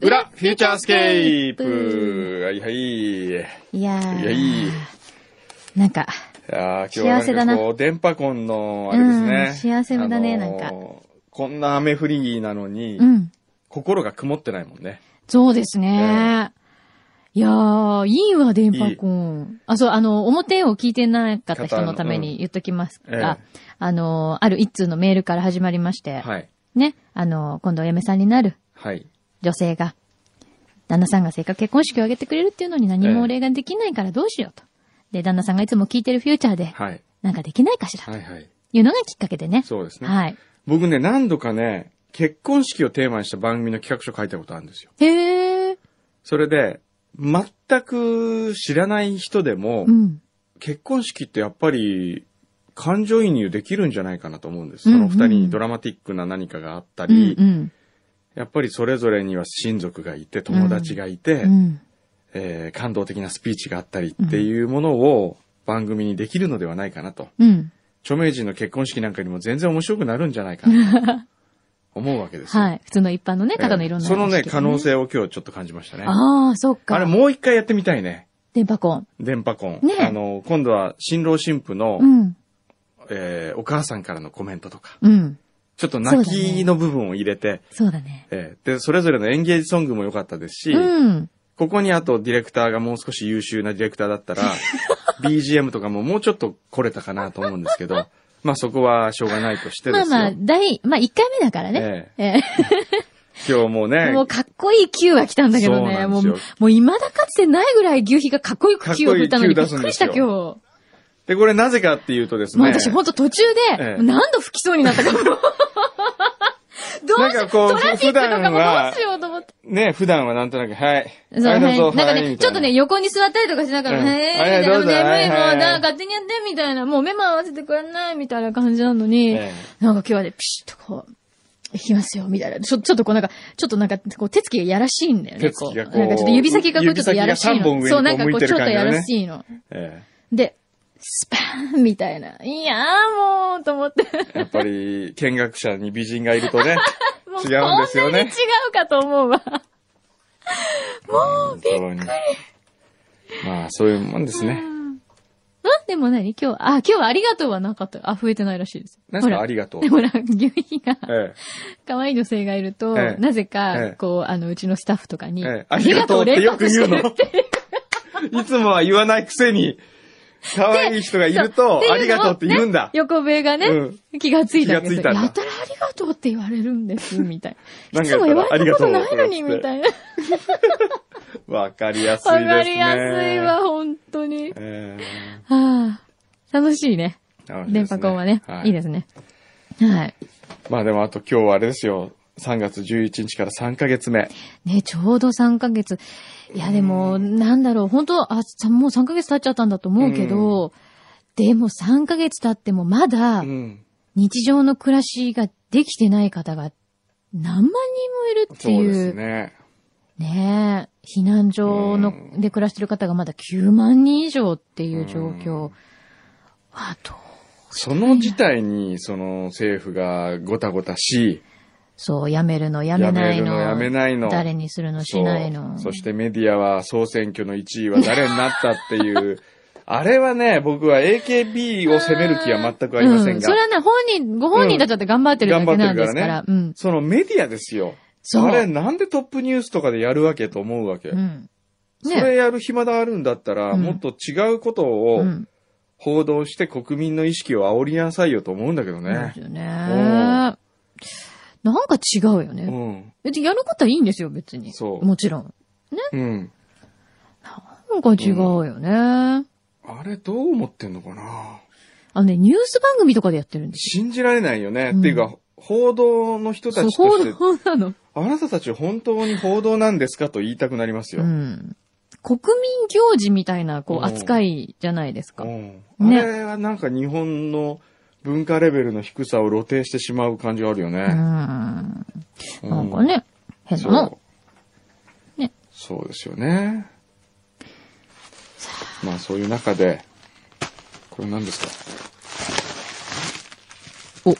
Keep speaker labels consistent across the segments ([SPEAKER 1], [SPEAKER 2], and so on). [SPEAKER 1] 裏、フューチャースケープはいはい。いや
[SPEAKER 2] いやー。
[SPEAKER 1] いい。
[SPEAKER 2] なんか、
[SPEAKER 1] あー今
[SPEAKER 2] 幸
[SPEAKER 1] 日
[SPEAKER 2] せ
[SPEAKER 1] はな
[SPEAKER 2] だなん
[SPEAKER 1] かこう、電波婚の、あれですね。
[SPEAKER 2] うん幸せだね
[SPEAKER 1] あのー
[SPEAKER 2] なんか
[SPEAKER 1] こんな雨降りなのに、
[SPEAKER 2] うん。
[SPEAKER 1] 心が曇ってないもんね。
[SPEAKER 2] そうですね。いやー、いいわ、電波コン。あ、そう、あの、表を聞いてなかった人のた
[SPEAKER 1] 方の
[SPEAKER 2] め
[SPEAKER 1] うん
[SPEAKER 2] に言っときますが、
[SPEAKER 1] え
[SPEAKER 2] あの、ある一通のメールから始まりまして、
[SPEAKER 1] はい。
[SPEAKER 2] ね、あの、今度お嫁さんになる
[SPEAKER 1] はい。
[SPEAKER 2] 女性が、旦那さんがせっかく結婚式を挙げてくれるっていうのに何もお礼ができないからどうしようと。で、旦那さんがいつも聞いてるフューチャーで、
[SPEAKER 1] はい。
[SPEAKER 2] なんかできないかしらと
[SPEAKER 1] はいはい。
[SPEAKER 2] いうのがきっかけでね。
[SPEAKER 1] そうですね。
[SPEAKER 2] はい。
[SPEAKER 1] 僕ね、何度かね、結婚式をテーマにした番組の企画書書いたことあるんですよ。
[SPEAKER 2] へー。
[SPEAKER 1] それで、全く知らない人でも、
[SPEAKER 2] うん。
[SPEAKER 1] 結婚式ってやっぱり感情移入できるんじゃないかなと思うんです。その二人
[SPEAKER 2] うんう
[SPEAKER 1] に
[SPEAKER 2] ん
[SPEAKER 1] ドラマティックな何かがあった
[SPEAKER 2] う
[SPEAKER 1] り、
[SPEAKER 2] んうん。
[SPEAKER 1] やっぱりそれぞれには親族がいて、友達がいて、
[SPEAKER 2] うん。
[SPEAKER 1] えー感動的なスピーチがあったりっていうものを番組にできるのではないかなと。
[SPEAKER 2] うん。
[SPEAKER 1] 著名人の結婚式なんかにも全然面白くなるんじゃないかな と思うわけですよ。
[SPEAKER 2] はい。普通の一般のね、
[SPEAKER 1] えー
[SPEAKER 2] 方のいろんな、
[SPEAKER 1] そのね、可能。性を今日ちょっと感じましたね。あ
[SPEAKER 2] ああ、そっか。
[SPEAKER 1] れもう一回やってみたいね。
[SPEAKER 2] 電波コン。
[SPEAKER 1] 電波婚。
[SPEAKER 2] ねえ
[SPEAKER 1] あの、今度は新郎新婦の、
[SPEAKER 2] うん。
[SPEAKER 1] えーお母さんからのコメントとか。
[SPEAKER 2] うん。
[SPEAKER 1] ちょっと泣きの部分を入れて、
[SPEAKER 2] そうだね。
[SPEAKER 1] えーで、それぞれのエンゲージソングも良かったですし、
[SPEAKER 2] うん。
[SPEAKER 1] ここにあとディレクターがもう少し優秀なディレクターだ ったら、BGM とかももうちょっと来れたかなと思うんですけど、まあそこはしょうがないとして
[SPEAKER 2] ま
[SPEAKER 1] で
[SPEAKER 2] あ
[SPEAKER 1] すよ。
[SPEAKER 2] まあ、第、まあ1回目だからね。
[SPEAKER 1] え
[SPEAKER 2] え
[SPEAKER 1] え今日もう
[SPEAKER 2] え
[SPEAKER 1] ね、
[SPEAKER 2] もうかっこいい Q が来たんだけどね。
[SPEAKER 1] そうなんで
[SPEAKER 2] もう、
[SPEAKER 1] すよ
[SPEAKER 2] もう未だかつてないぐらい牛皮がかっこいい Q を振ったのに
[SPEAKER 1] か
[SPEAKER 2] び
[SPEAKER 1] っ
[SPEAKER 2] っ
[SPEAKER 1] こいい Q
[SPEAKER 2] くりした
[SPEAKER 1] 出
[SPEAKER 2] 今
[SPEAKER 1] すんです
[SPEAKER 2] 日。
[SPEAKER 1] で、これなぜかっていうとです
[SPEAKER 2] もう
[SPEAKER 1] ね、
[SPEAKER 2] 私ほんと途中で、
[SPEAKER 1] ええ
[SPEAKER 2] 何度吹きそうに なったかも。どう
[SPEAKER 1] なん
[SPEAKER 2] しよ
[SPEAKER 1] か
[SPEAKER 2] う。
[SPEAKER 1] こう
[SPEAKER 2] トラフィックとかもどうしようと思って。
[SPEAKER 1] ね、普段はなんとなく、はい。
[SPEAKER 2] そう、
[SPEAKER 1] は
[SPEAKER 2] はいい。
[SPEAKER 1] どうぞ
[SPEAKER 2] なんか
[SPEAKER 1] はいみたい
[SPEAKER 2] ね、ちょっとね、横に座ったりとかしながら、
[SPEAKER 1] うん
[SPEAKER 2] へ
[SPEAKER 1] はい
[SPEAKER 2] ぇ、みたい
[SPEAKER 1] ど
[SPEAKER 2] な、
[SPEAKER 1] う
[SPEAKER 2] もう
[SPEAKER 1] ぞはい
[SPEAKER 2] 眠い、もう、
[SPEAKER 1] はい
[SPEAKER 2] な勝手にやって、みたいな、もう目も合わせてくれない、みたいな感じなのに、
[SPEAKER 1] え
[SPEAKER 2] なんか今日はね、ピシッとこう、いきますよ、みたいな。ちょ、ちょっとこうなんか、ちょっとなんか、こう手つきがやらしいんだよね、
[SPEAKER 1] 手つき
[SPEAKER 2] う。
[SPEAKER 1] が
[SPEAKER 2] なん
[SPEAKER 1] こ
[SPEAKER 2] か
[SPEAKER 1] う
[SPEAKER 2] ちょっと指先がこうちょっとやらしい
[SPEAKER 1] 指先が三本上
[SPEAKER 2] の。
[SPEAKER 1] に
[SPEAKER 2] そう、なん
[SPEAKER 1] こ
[SPEAKER 2] か
[SPEAKER 1] う
[SPEAKER 2] こ
[SPEAKER 1] 向いうて
[SPEAKER 2] ち
[SPEAKER 1] る
[SPEAKER 2] ょっ
[SPEAKER 1] 感
[SPEAKER 2] と
[SPEAKER 1] じだ
[SPEAKER 2] や
[SPEAKER 1] ね
[SPEAKER 2] らしいの。
[SPEAKER 1] え
[SPEAKER 2] で、スパーンみたいな。いやーもう、と思って。
[SPEAKER 1] えやっぱり見学者に美人がいるとね、
[SPEAKER 2] も
[SPEAKER 1] 違うんですよね
[SPEAKER 2] こんなに違うかと思うわ。
[SPEAKER 1] もうびっくり。まあそういうもんですね。
[SPEAKER 2] なんでも何今日、あ、今日はありがとうはなかった。あ、増えてないらしいです。
[SPEAKER 1] なんす
[SPEAKER 2] ほ
[SPEAKER 1] からありがとう。
[SPEAKER 2] ほら、牛皮が、
[SPEAKER 1] ええ
[SPEAKER 2] 可愛い女性がいると、
[SPEAKER 1] ええ
[SPEAKER 2] なぜ
[SPEAKER 1] ええ
[SPEAKER 2] か、こう、あの、うちのスタッフとかに、
[SPEAKER 1] ええありがとうってよく言う
[SPEAKER 2] 連
[SPEAKER 1] の
[SPEAKER 2] 発してる。
[SPEAKER 1] いつもは言わないくせに、可愛い人がいると、
[SPEAKER 2] そう
[SPEAKER 1] ありがとうって言うんだ。
[SPEAKER 2] 横笛がね、
[SPEAKER 1] う
[SPEAKER 2] 気がついたんです
[SPEAKER 1] 気がついたんだ
[SPEAKER 2] やたらありがとうって言われるんです、みたい
[SPEAKER 1] な
[SPEAKER 2] な。
[SPEAKER 1] ん
[SPEAKER 2] い
[SPEAKER 1] か
[SPEAKER 2] つも言われたことないのに、
[SPEAKER 1] やっ
[SPEAKER 2] み
[SPEAKER 1] たら
[SPEAKER 2] たいな。
[SPEAKER 1] わかりやすいです
[SPEAKER 2] わ
[SPEAKER 1] ね。
[SPEAKER 2] かりやすいわ、本当に。
[SPEAKER 1] え
[SPEAKER 2] はあ、楽しいね。
[SPEAKER 1] え楽しいで
[SPEAKER 2] 電
[SPEAKER 1] すね
[SPEAKER 2] 波コンはね、い、いですね。はい。
[SPEAKER 1] まあでもあと今日はあれですよ。3月11日から3ヶ月目。
[SPEAKER 2] ね、ちょうど3ヶ月。いや、でも、なんだろう、本当あ、さもう3ヶ月経っちゃったんだと思うけど、でも3ヶ月経ってもまだ
[SPEAKER 1] うん。
[SPEAKER 2] 日常の暮らしができてない方が何万人もいるって
[SPEAKER 1] そうで
[SPEAKER 2] い
[SPEAKER 1] す
[SPEAKER 2] う、
[SPEAKER 1] ね。
[SPEAKER 2] ねえ避難所の
[SPEAKER 1] う
[SPEAKER 2] で暮らしてる方がまだ9万人以上っていう状
[SPEAKER 1] う
[SPEAKER 2] 況。あと、
[SPEAKER 1] その事態に、その政府がごたごたし、
[SPEAKER 2] そう、やめるの、やめない
[SPEAKER 1] や
[SPEAKER 2] の。
[SPEAKER 1] めるのやめないの
[SPEAKER 2] 誰にするの、しないの。
[SPEAKER 1] そうそしてメディアは総選挙の1位は誰になったっていう、 あれはね、僕は AKB を責める気は全くありませんが、
[SPEAKER 2] うそれはね、本人、ご本人たちだって頑張ってるだけなんですから。
[SPEAKER 1] う
[SPEAKER 2] うん。
[SPEAKER 1] そのメディアですよ。
[SPEAKER 2] そう
[SPEAKER 1] あれなんでトップニュースとかでやるわけと思うわけ。
[SPEAKER 2] うん。
[SPEAKER 1] それやる暇があるんだったら、
[SPEAKER 2] うん
[SPEAKER 1] もっと違うことを
[SPEAKER 2] うん。
[SPEAKER 1] 報道して国民の意識を煽りなさいよと思うんだけど
[SPEAKER 2] そうで
[SPEAKER 1] ね
[SPEAKER 2] す。よね。
[SPEAKER 1] ん
[SPEAKER 2] なんか違うよ
[SPEAKER 1] う
[SPEAKER 2] ね。
[SPEAKER 1] ん。
[SPEAKER 2] 別にやることはいいんですよ、別に。
[SPEAKER 1] そう
[SPEAKER 2] もちろん。
[SPEAKER 1] うん。
[SPEAKER 2] なんか違うよね。あ
[SPEAKER 1] あれどう思ってんのかな
[SPEAKER 2] のね、ニュース番組とかでやってるんです
[SPEAKER 1] 信じられないよね。
[SPEAKER 2] うん
[SPEAKER 1] っていうか、報道の人た
[SPEAKER 2] よ。
[SPEAKER 1] ち
[SPEAKER 2] そう、
[SPEAKER 1] と
[SPEAKER 2] 報
[SPEAKER 1] して、
[SPEAKER 2] 道なの。
[SPEAKER 1] あなたたち本当に報道なんですかと言いたくなりますよ。
[SPEAKER 2] う
[SPEAKER 1] うん
[SPEAKER 2] ん。国民行事みたいな、こ
[SPEAKER 1] うん
[SPEAKER 2] う、扱いじゃないですか。
[SPEAKER 1] あ
[SPEAKER 2] ね
[SPEAKER 1] れはなんか日本の文化レベルの低さを露呈してしまう感じがあるよ
[SPEAKER 2] う
[SPEAKER 1] ね。
[SPEAKER 2] ん。
[SPEAKER 1] うん
[SPEAKER 2] なんかね、変
[SPEAKER 1] そ
[SPEAKER 2] なの
[SPEAKER 1] う。。
[SPEAKER 2] ね
[SPEAKER 1] そうですよね。まあそういう中で、これ何ですか
[SPEAKER 2] お、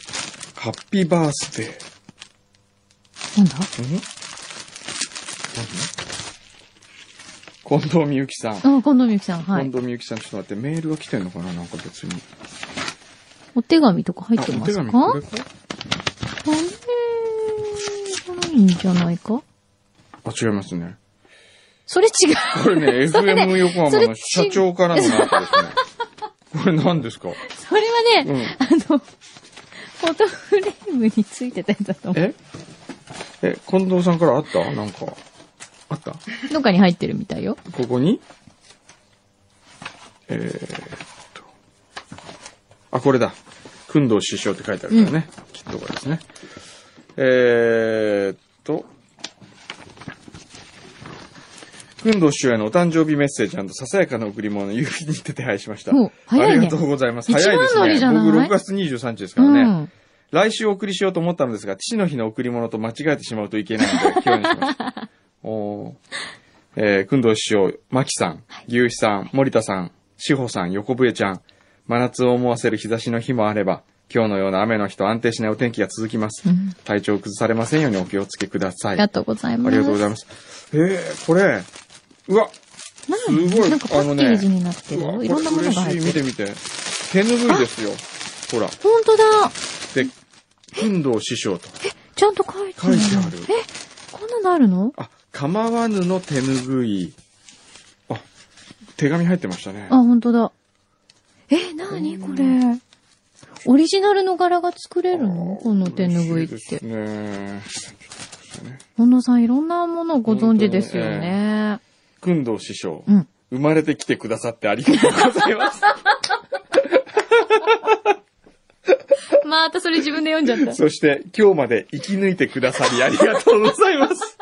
[SPEAKER 1] ハッピーバースデー。
[SPEAKER 2] なんだ
[SPEAKER 1] うん 近藤美幸さん。
[SPEAKER 2] あ、近藤美幸さん、はい
[SPEAKER 1] 近。藤美幸さん、ちょっと待って、メールが来てんのかななんか別に。
[SPEAKER 2] お手紙とか入
[SPEAKER 1] あ、
[SPEAKER 2] って
[SPEAKER 1] お
[SPEAKER 2] ま
[SPEAKER 1] 手
[SPEAKER 2] すか
[SPEAKER 1] 紙これか
[SPEAKER 2] あれないんじゃないか
[SPEAKER 1] あ、違いますね。
[SPEAKER 2] それ 違う。
[SPEAKER 1] これね、
[SPEAKER 2] それね
[SPEAKER 1] FM 横
[SPEAKER 2] そ
[SPEAKER 1] 浜
[SPEAKER 2] れ
[SPEAKER 1] の
[SPEAKER 2] ち
[SPEAKER 1] 社長からのなんかですね。これ何ですか
[SPEAKER 2] それは
[SPEAKER 1] う
[SPEAKER 2] ね、
[SPEAKER 1] ん。
[SPEAKER 2] あの、フォトフレームについてたやつだと思
[SPEAKER 1] ええ、近藤さんからあったなんか。あった
[SPEAKER 2] う。どっかに入ってるみたいよ。
[SPEAKER 1] ここにえーっと。あ、これだ。訓導師匠って書いてあるからね。きっとこれですね。えーっと。訓導師匠へのお誕生日メッセージささやかな贈り物を郵便にて手配しました。
[SPEAKER 2] お早いね
[SPEAKER 1] ありがとうございます。
[SPEAKER 2] 一番
[SPEAKER 1] 早いです
[SPEAKER 2] 乗り
[SPEAKER 1] ね。
[SPEAKER 2] じゃない
[SPEAKER 1] 僕6月23日ですか
[SPEAKER 2] う
[SPEAKER 1] らね。
[SPEAKER 2] ん。
[SPEAKER 1] 来週お送りしようと思ったのですが、父の日の贈り物と間違えてしまうといけないの で、今日にしました。おーえー、くんどう師匠、まきさん、牛肥さん、森田さん、志保さん、横笛ちゃん、真夏を思わせる日差しの日もあれば、今日のような雨の日と安定しないお天気が続きます。
[SPEAKER 2] うん
[SPEAKER 1] 体調を崩されませんようにお気をつけくださ
[SPEAKER 2] あ
[SPEAKER 1] い。
[SPEAKER 2] りがとうございます。
[SPEAKER 1] ありがとうございます。えー、これ、うわ、
[SPEAKER 2] す
[SPEAKER 1] すごい
[SPEAKER 2] なんかパッケージになってる
[SPEAKER 1] うわ
[SPEAKER 2] よ。
[SPEAKER 1] こ
[SPEAKER 2] い
[SPEAKER 1] れ
[SPEAKER 2] ろんなものが入
[SPEAKER 1] 嬉しい、見
[SPEAKER 2] ってる。
[SPEAKER 1] て見て。手ぬぐいですよ。ほら。
[SPEAKER 2] ほんとだ。
[SPEAKER 1] で、くんどう師匠と。
[SPEAKER 2] ちゃんと書いてある。
[SPEAKER 1] 書いてある
[SPEAKER 2] え、こんなのあるの
[SPEAKER 1] あ、構わぬの手ぬぐい。あ、手紙入ってましたね
[SPEAKER 2] あ、。ほんとだ。え、なにこれ。オリジナルの柄が作れるのこの手ぬぐいっ
[SPEAKER 1] 嬉しです
[SPEAKER 2] て。
[SPEAKER 1] ね。
[SPEAKER 2] 本野さんいろんなものご存知ですよね。
[SPEAKER 1] くんどう師匠、
[SPEAKER 2] うん。
[SPEAKER 1] 生まれてきてくださってありがとうござい ます。
[SPEAKER 2] またそれ自分で読んじゃった。
[SPEAKER 1] そして、今日まで生き抜いてくださりありがとうございます。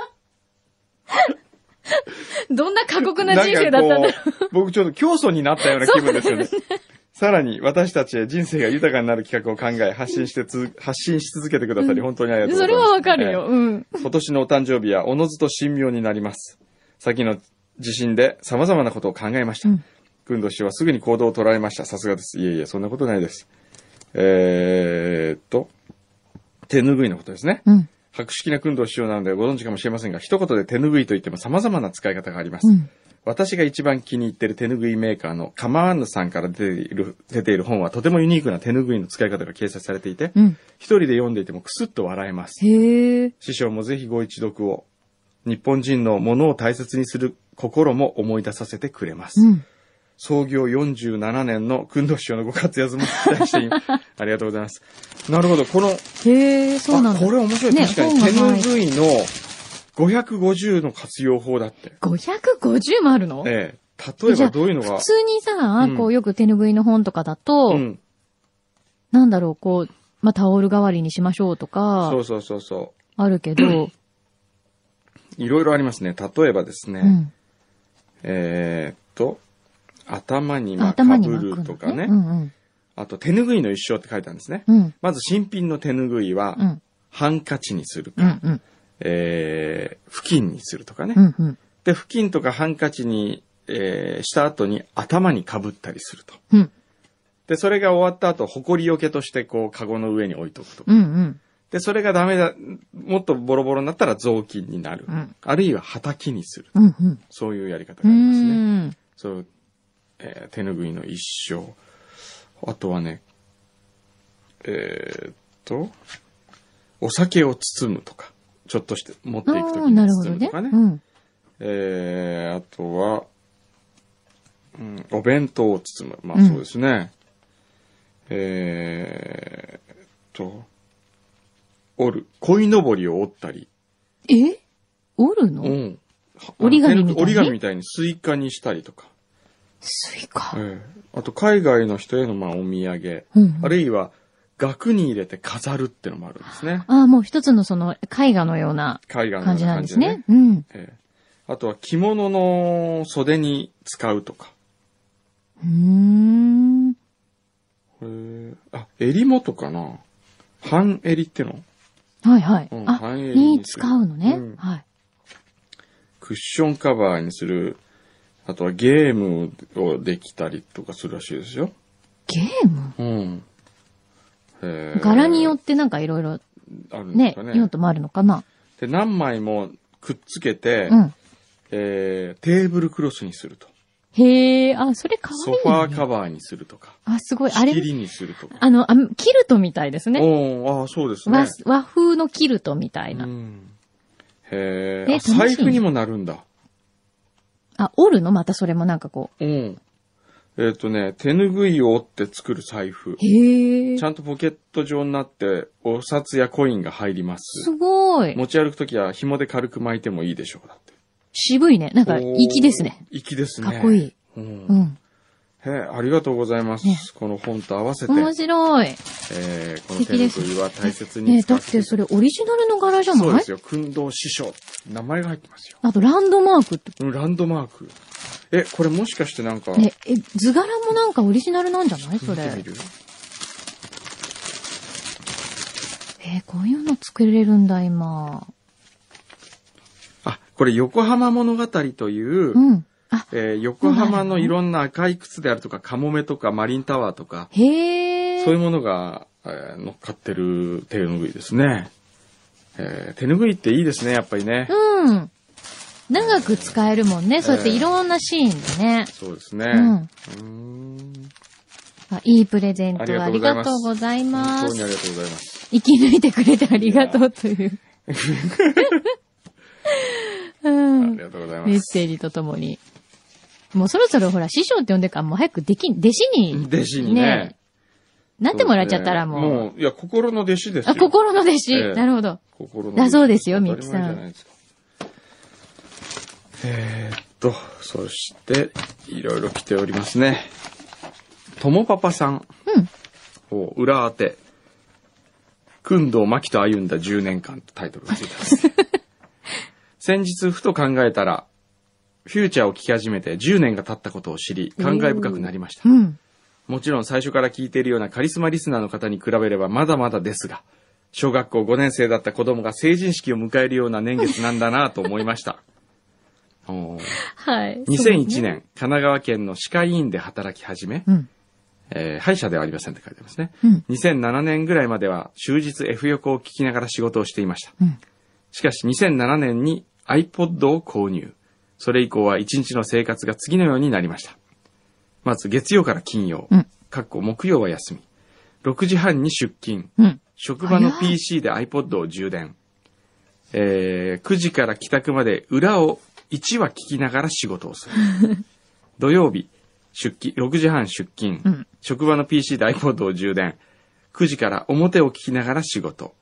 [SPEAKER 2] どんな過酷な人生だったんだろう
[SPEAKER 1] なんかこう僕ちょっと教祖になったような気分ですよね。さらに、私たちへ人生が豊かになる企画を考え、発信してつ、発信し続けてくださり、本当にありがとうござい
[SPEAKER 2] それ
[SPEAKER 1] ます。
[SPEAKER 2] はわかるよ。うん。
[SPEAKER 1] 今年のお誕生日はおのずと神妙になります。先の地震で様々なことを考えました
[SPEAKER 2] うん。
[SPEAKER 1] 軍としてはすぐに行動を取られました。さすがです。いえいえ、そんなことないです。えー、っと、手拭いのことですね。
[SPEAKER 2] うん。
[SPEAKER 1] 白式な訓導師匠なのでご存知かもしれませんが、一言で手拭いといっても様々な使い方があります。
[SPEAKER 2] うん。
[SPEAKER 1] 私が一番気に入っている手拭いメーカーのカマーンヌさんから出ている、出ている本はとてもユニークな手拭いの使い方が掲載されていて、
[SPEAKER 2] うん。
[SPEAKER 1] 一人で読んでいてもクスッと笑えます。
[SPEAKER 2] へえ。
[SPEAKER 1] 師匠もぜひご一読を。日本人のものを大切にする心も思い出させてくれます。
[SPEAKER 2] うん。
[SPEAKER 1] 創業47年の訓導師匠のご活躍も期待しています。ありがとうございます。なるほど。この、
[SPEAKER 2] へえ、そうなん
[SPEAKER 1] あ
[SPEAKER 2] だ。
[SPEAKER 1] これ面白い。
[SPEAKER 2] ね
[SPEAKER 1] 確かに、
[SPEAKER 2] 本
[SPEAKER 1] 手
[SPEAKER 2] がない
[SPEAKER 1] ぬぐいの550の活用法だって。
[SPEAKER 2] 550もあるの
[SPEAKER 1] ええ。例え
[SPEAKER 2] じゃ
[SPEAKER 1] ば
[SPEAKER 2] あ
[SPEAKER 1] どういうの
[SPEAKER 2] 普
[SPEAKER 1] が、
[SPEAKER 2] 通にさ
[SPEAKER 1] う、ん
[SPEAKER 2] こうよく手拭いの本とかだと、
[SPEAKER 1] うん。
[SPEAKER 2] なんだろう、こう、まあ、タオル代わりにしましょうとか
[SPEAKER 1] そ、うそうそうそ
[SPEAKER 2] あるけど、
[SPEAKER 1] う。いろいろありますね。例えばですね、
[SPEAKER 2] うん。
[SPEAKER 1] えーっと、頭にまあか
[SPEAKER 2] 頭
[SPEAKER 1] ぶ
[SPEAKER 2] に巻く
[SPEAKER 1] るとかね。
[SPEAKER 2] うんうん。
[SPEAKER 1] あと、手ぬぐいの一生って書いたんですね。
[SPEAKER 2] うん。
[SPEAKER 1] まず新品の手ぬぐいは、
[SPEAKER 2] うん。
[SPEAKER 1] ハンカチにするか、
[SPEAKER 2] うん。うん。
[SPEAKER 1] えー、布巾にするとかね。
[SPEAKER 2] うん。うん。
[SPEAKER 1] で、布巾とかハンカチに、えー、した後に頭にかぶったりすると。
[SPEAKER 2] うん。
[SPEAKER 1] で、それが終わった後、埃よけとして、こう、カゴの上に置いとくと。
[SPEAKER 2] うん。うん。
[SPEAKER 1] で、それがダメだ、もっとボロボロになったら雑巾になる。
[SPEAKER 2] うん
[SPEAKER 1] あるいは、はたきにする。
[SPEAKER 2] うん。うん。
[SPEAKER 1] そういうやり方
[SPEAKER 2] う
[SPEAKER 1] がありますね。
[SPEAKER 2] ん。
[SPEAKER 1] そう、えー手ぬぐいの一生。あとはね、えーっと、お酒を包むとか、ちょっとして持って
[SPEAKER 2] あ
[SPEAKER 1] いくと
[SPEAKER 2] あ、
[SPEAKER 1] き
[SPEAKER 2] な
[SPEAKER 1] に
[SPEAKER 2] るほ
[SPEAKER 1] 包
[SPEAKER 2] ど
[SPEAKER 1] むと
[SPEAKER 2] ね。
[SPEAKER 1] かね。
[SPEAKER 2] うん。
[SPEAKER 1] えー、あとは、うん、お弁当を包む。ま
[SPEAKER 2] う
[SPEAKER 1] あ
[SPEAKER 2] ん
[SPEAKER 1] そうですね。えーっと、折る。鯉のぼりを折ったり。
[SPEAKER 2] え折るの、
[SPEAKER 1] うん。
[SPEAKER 2] 折り紙みたいに
[SPEAKER 1] あの折り紙みたいにスイカにしたりとか。
[SPEAKER 2] スイカ。
[SPEAKER 1] ええあと、海外の人への、まあ、お土産。
[SPEAKER 2] うん
[SPEAKER 1] あるいは、額に入れて飾るってのもあるんですね。
[SPEAKER 2] ああ、もう一つのその絵画のような
[SPEAKER 1] 海外の
[SPEAKER 2] 感じなん
[SPEAKER 1] 感
[SPEAKER 2] で
[SPEAKER 1] じ
[SPEAKER 2] す
[SPEAKER 1] でね。
[SPEAKER 2] ね。うん。
[SPEAKER 1] ええあとは、着物の袖に使うとか。
[SPEAKER 2] うーん。
[SPEAKER 1] ええあ、襟元かな半襟っての
[SPEAKER 2] はいはい。
[SPEAKER 1] うん
[SPEAKER 2] あ、
[SPEAKER 1] 繁栄
[SPEAKER 2] に使うのね。
[SPEAKER 1] うん
[SPEAKER 2] はい。
[SPEAKER 1] クッションカバーにする。あとは、ゲームをできたりとかするらしいですよ。
[SPEAKER 2] ゲーム
[SPEAKER 1] うん。ええ
[SPEAKER 2] 柄によってなんかいろいろ
[SPEAKER 1] あるんで
[SPEAKER 2] ね
[SPEAKER 1] すか、ね
[SPEAKER 2] 用途もあるのかな。
[SPEAKER 1] で、何枚もくっつけて、
[SPEAKER 2] うん。
[SPEAKER 1] えーテーブルクロスにすると。
[SPEAKER 2] へえ、あ、それ可愛い、
[SPEAKER 1] ソ
[SPEAKER 2] ね。
[SPEAKER 1] ファーカバーにするとか。
[SPEAKER 2] あ、すごい。あ
[SPEAKER 1] 仕切
[SPEAKER 2] れ、
[SPEAKER 1] りにするとか。
[SPEAKER 2] あの、あキルトみたいですね。
[SPEAKER 1] おーああ、そうですね
[SPEAKER 2] 和。和風のキルトみたいうな。
[SPEAKER 1] ん、へえ。
[SPEAKER 2] え
[SPEAKER 1] あ
[SPEAKER 2] 楽しいね
[SPEAKER 1] 財布にもなるんだ。
[SPEAKER 2] あ、折るのまたそれもなんかこ
[SPEAKER 1] うん。えっ、とね、手ぬぐいを折って作る財布
[SPEAKER 2] う。。へえ
[SPEAKER 1] ち。ゃんとポケット状になって、お札やコインが入ります
[SPEAKER 2] す。ごい。
[SPEAKER 1] 持ち歩くときは紐で軽く巻いてもいいでしょう。だって。
[SPEAKER 2] 渋いね。なんか、
[SPEAKER 1] おー
[SPEAKER 2] 粋ですね。。
[SPEAKER 1] 粋ですね。
[SPEAKER 2] かっこいい。
[SPEAKER 1] うん
[SPEAKER 2] うん。
[SPEAKER 1] へえありがとうございます。
[SPEAKER 2] ね
[SPEAKER 1] この本と合わせて、
[SPEAKER 2] 面白い。
[SPEAKER 1] えーこの
[SPEAKER 2] 素敵で
[SPEAKER 1] 手
[SPEAKER 2] す
[SPEAKER 1] 作りは大切に
[SPEAKER 2] ね
[SPEAKER 1] 使
[SPEAKER 2] だ
[SPEAKER 1] わ
[SPEAKER 2] っ
[SPEAKER 1] せ
[SPEAKER 2] て
[SPEAKER 1] て
[SPEAKER 2] それオリジナルの柄じゃ
[SPEAKER 1] そう
[SPEAKER 2] な
[SPEAKER 1] で
[SPEAKER 2] い
[SPEAKER 1] すよ。訓導師匠。名前が入ってますよ。
[SPEAKER 2] あと、ランドマークって。
[SPEAKER 1] うんランドマーク。え、これもしかしてなんか、
[SPEAKER 2] ね、え、図柄もなんかオリジナルなんじゃないそ
[SPEAKER 1] 見
[SPEAKER 2] れ
[SPEAKER 1] て。みる
[SPEAKER 2] えーこういうの作れるんだ、今。
[SPEAKER 1] あ、これ横浜物語という、
[SPEAKER 2] うん。あ、
[SPEAKER 1] えー横浜のいろんな赤い靴であるとか、カモメとか、マリンタワーとか、
[SPEAKER 2] へえ。
[SPEAKER 1] そういうものが、えー乗っかってる手ぬぐいですね。えー手ぬぐいっていいですね、やっぱりね。
[SPEAKER 2] うん。長く使えるもんね。そうやって
[SPEAKER 1] ええ
[SPEAKER 2] いろんなシーンでね。
[SPEAKER 1] そうですね。うーん
[SPEAKER 2] あいいプレゼントあ
[SPEAKER 1] あ
[SPEAKER 2] り
[SPEAKER 1] りが
[SPEAKER 2] がと
[SPEAKER 1] と
[SPEAKER 2] う
[SPEAKER 1] う
[SPEAKER 2] ご
[SPEAKER 1] ご
[SPEAKER 2] ざい
[SPEAKER 1] 本
[SPEAKER 2] ま
[SPEAKER 1] 当にあ
[SPEAKER 2] す。
[SPEAKER 1] りがとうございます。
[SPEAKER 2] 生き抜いてくれてありがとう という。う
[SPEAKER 1] あ
[SPEAKER 2] ん
[SPEAKER 1] り。がとうござい
[SPEAKER 2] メ
[SPEAKER 1] ま
[SPEAKER 2] ッ
[SPEAKER 1] す。
[SPEAKER 2] セージとともに。もうそろそろほら、師匠って呼んでるから、もう早くできん、弟子に。
[SPEAKER 1] 弟子にね。
[SPEAKER 2] なってもらっちゃったらもう。
[SPEAKER 1] もう、いや、心の弟子ですよ。
[SPEAKER 2] あ、心の弟子、
[SPEAKER 1] ええ
[SPEAKER 2] なるほど。
[SPEAKER 1] 心の
[SPEAKER 2] だそうですよ
[SPEAKER 1] 当たり
[SPEAKER 2] みゆきさん
[SPEAKER 1] 前じゃないですかえーっと、そして、いろいろ来ておりますね。ともパパさん。
[SPEAKER 2] うん
[SPEAKER 1] お裏当て。くんどうまきと歩んだ10年間とタイトルがついて ます。先日、ふと考えたら、フューチャーを聞き始めて10年が経ったことを知り、感慨深くなりました
[SPEAKER 2] う。ん。
[SPEAKER 1] もちろん最初から聞いているようなカリスマリスナーの方に比べればまだまだですが、小学校5年生だった子供が成人式を迎えるような年月なんだなと思いました。 おー
[SPEAKER 2] はい。
[SPEAKER 1] 2001年、
[SPEAKER 2] そうね。
[SPEAKER 1] 神奈川県の歯科医院で働き始め、
[SPEAKER 2] うん。
[SPEAKER 1] えー歯医者ではありませんって書いてますね。
[SPEAKER 2] うん。
[SPEAKER 1] 2007年ぐらいまでは終日 F 横を聞きながら仕事をしていました。
[SPEAKER 2] うん。
[SPEAKER 1] しかし2007年に iPod を購入。それ以降は一日の生活が次のようになりました。まず月曜から金曜、
[SPEAKER 2] うん
[SPEAKER 1] かっこ木曜は休み。6時半に出勤。
[SPEAKER 2] うん。
[SPEAKER 1] 職場の
[SPEAKER 2] 早い
[SPEAKER 1] PC で iPod を充電。えー9時から帰宅まで裏を1話聞きながら仕事をする。 土曜日、出勤、6時半出勤。
[SPEAKER 2] うん
[SPEAKER 1] 職場の PC で iPod を充電。9時から表を聞きながら仕事。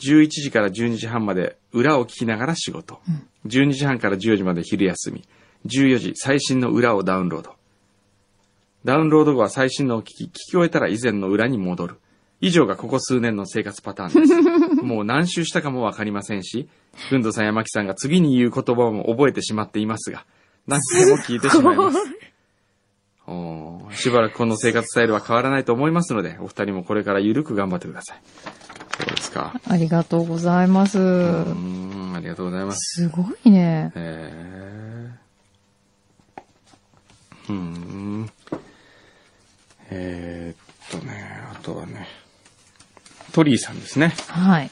[SPEAKER 1] 11時から12時半まで裏を聞きながら仕事。12時半から14時まで昼休み。14時、最新の裏をダウンロード。ダウンロード後は最新のを聞き、聞き終えたら以前の裏に戻る。以上がここ数年の生活パターンです。もう何周したかもわかりませんし、くんどさんやまきさんが次に言う言葉も覚えてしまっていますが、何回も聞いてしまい ます。おーしばらくこの生活スタイルは変わらないと思いますので、お二人もこれからゆるく頑張ってください。そうですか。
[SPEAKER 2] ありがとうございます。
[SPEAKER 1] うーん、ありがとうございます。
[SPEAKER 2] すごいね。
[SPEAKER 1] へえ。うーん。えーっとね、あとはね、トリーさんですね。
[SPEAKER 2] はい。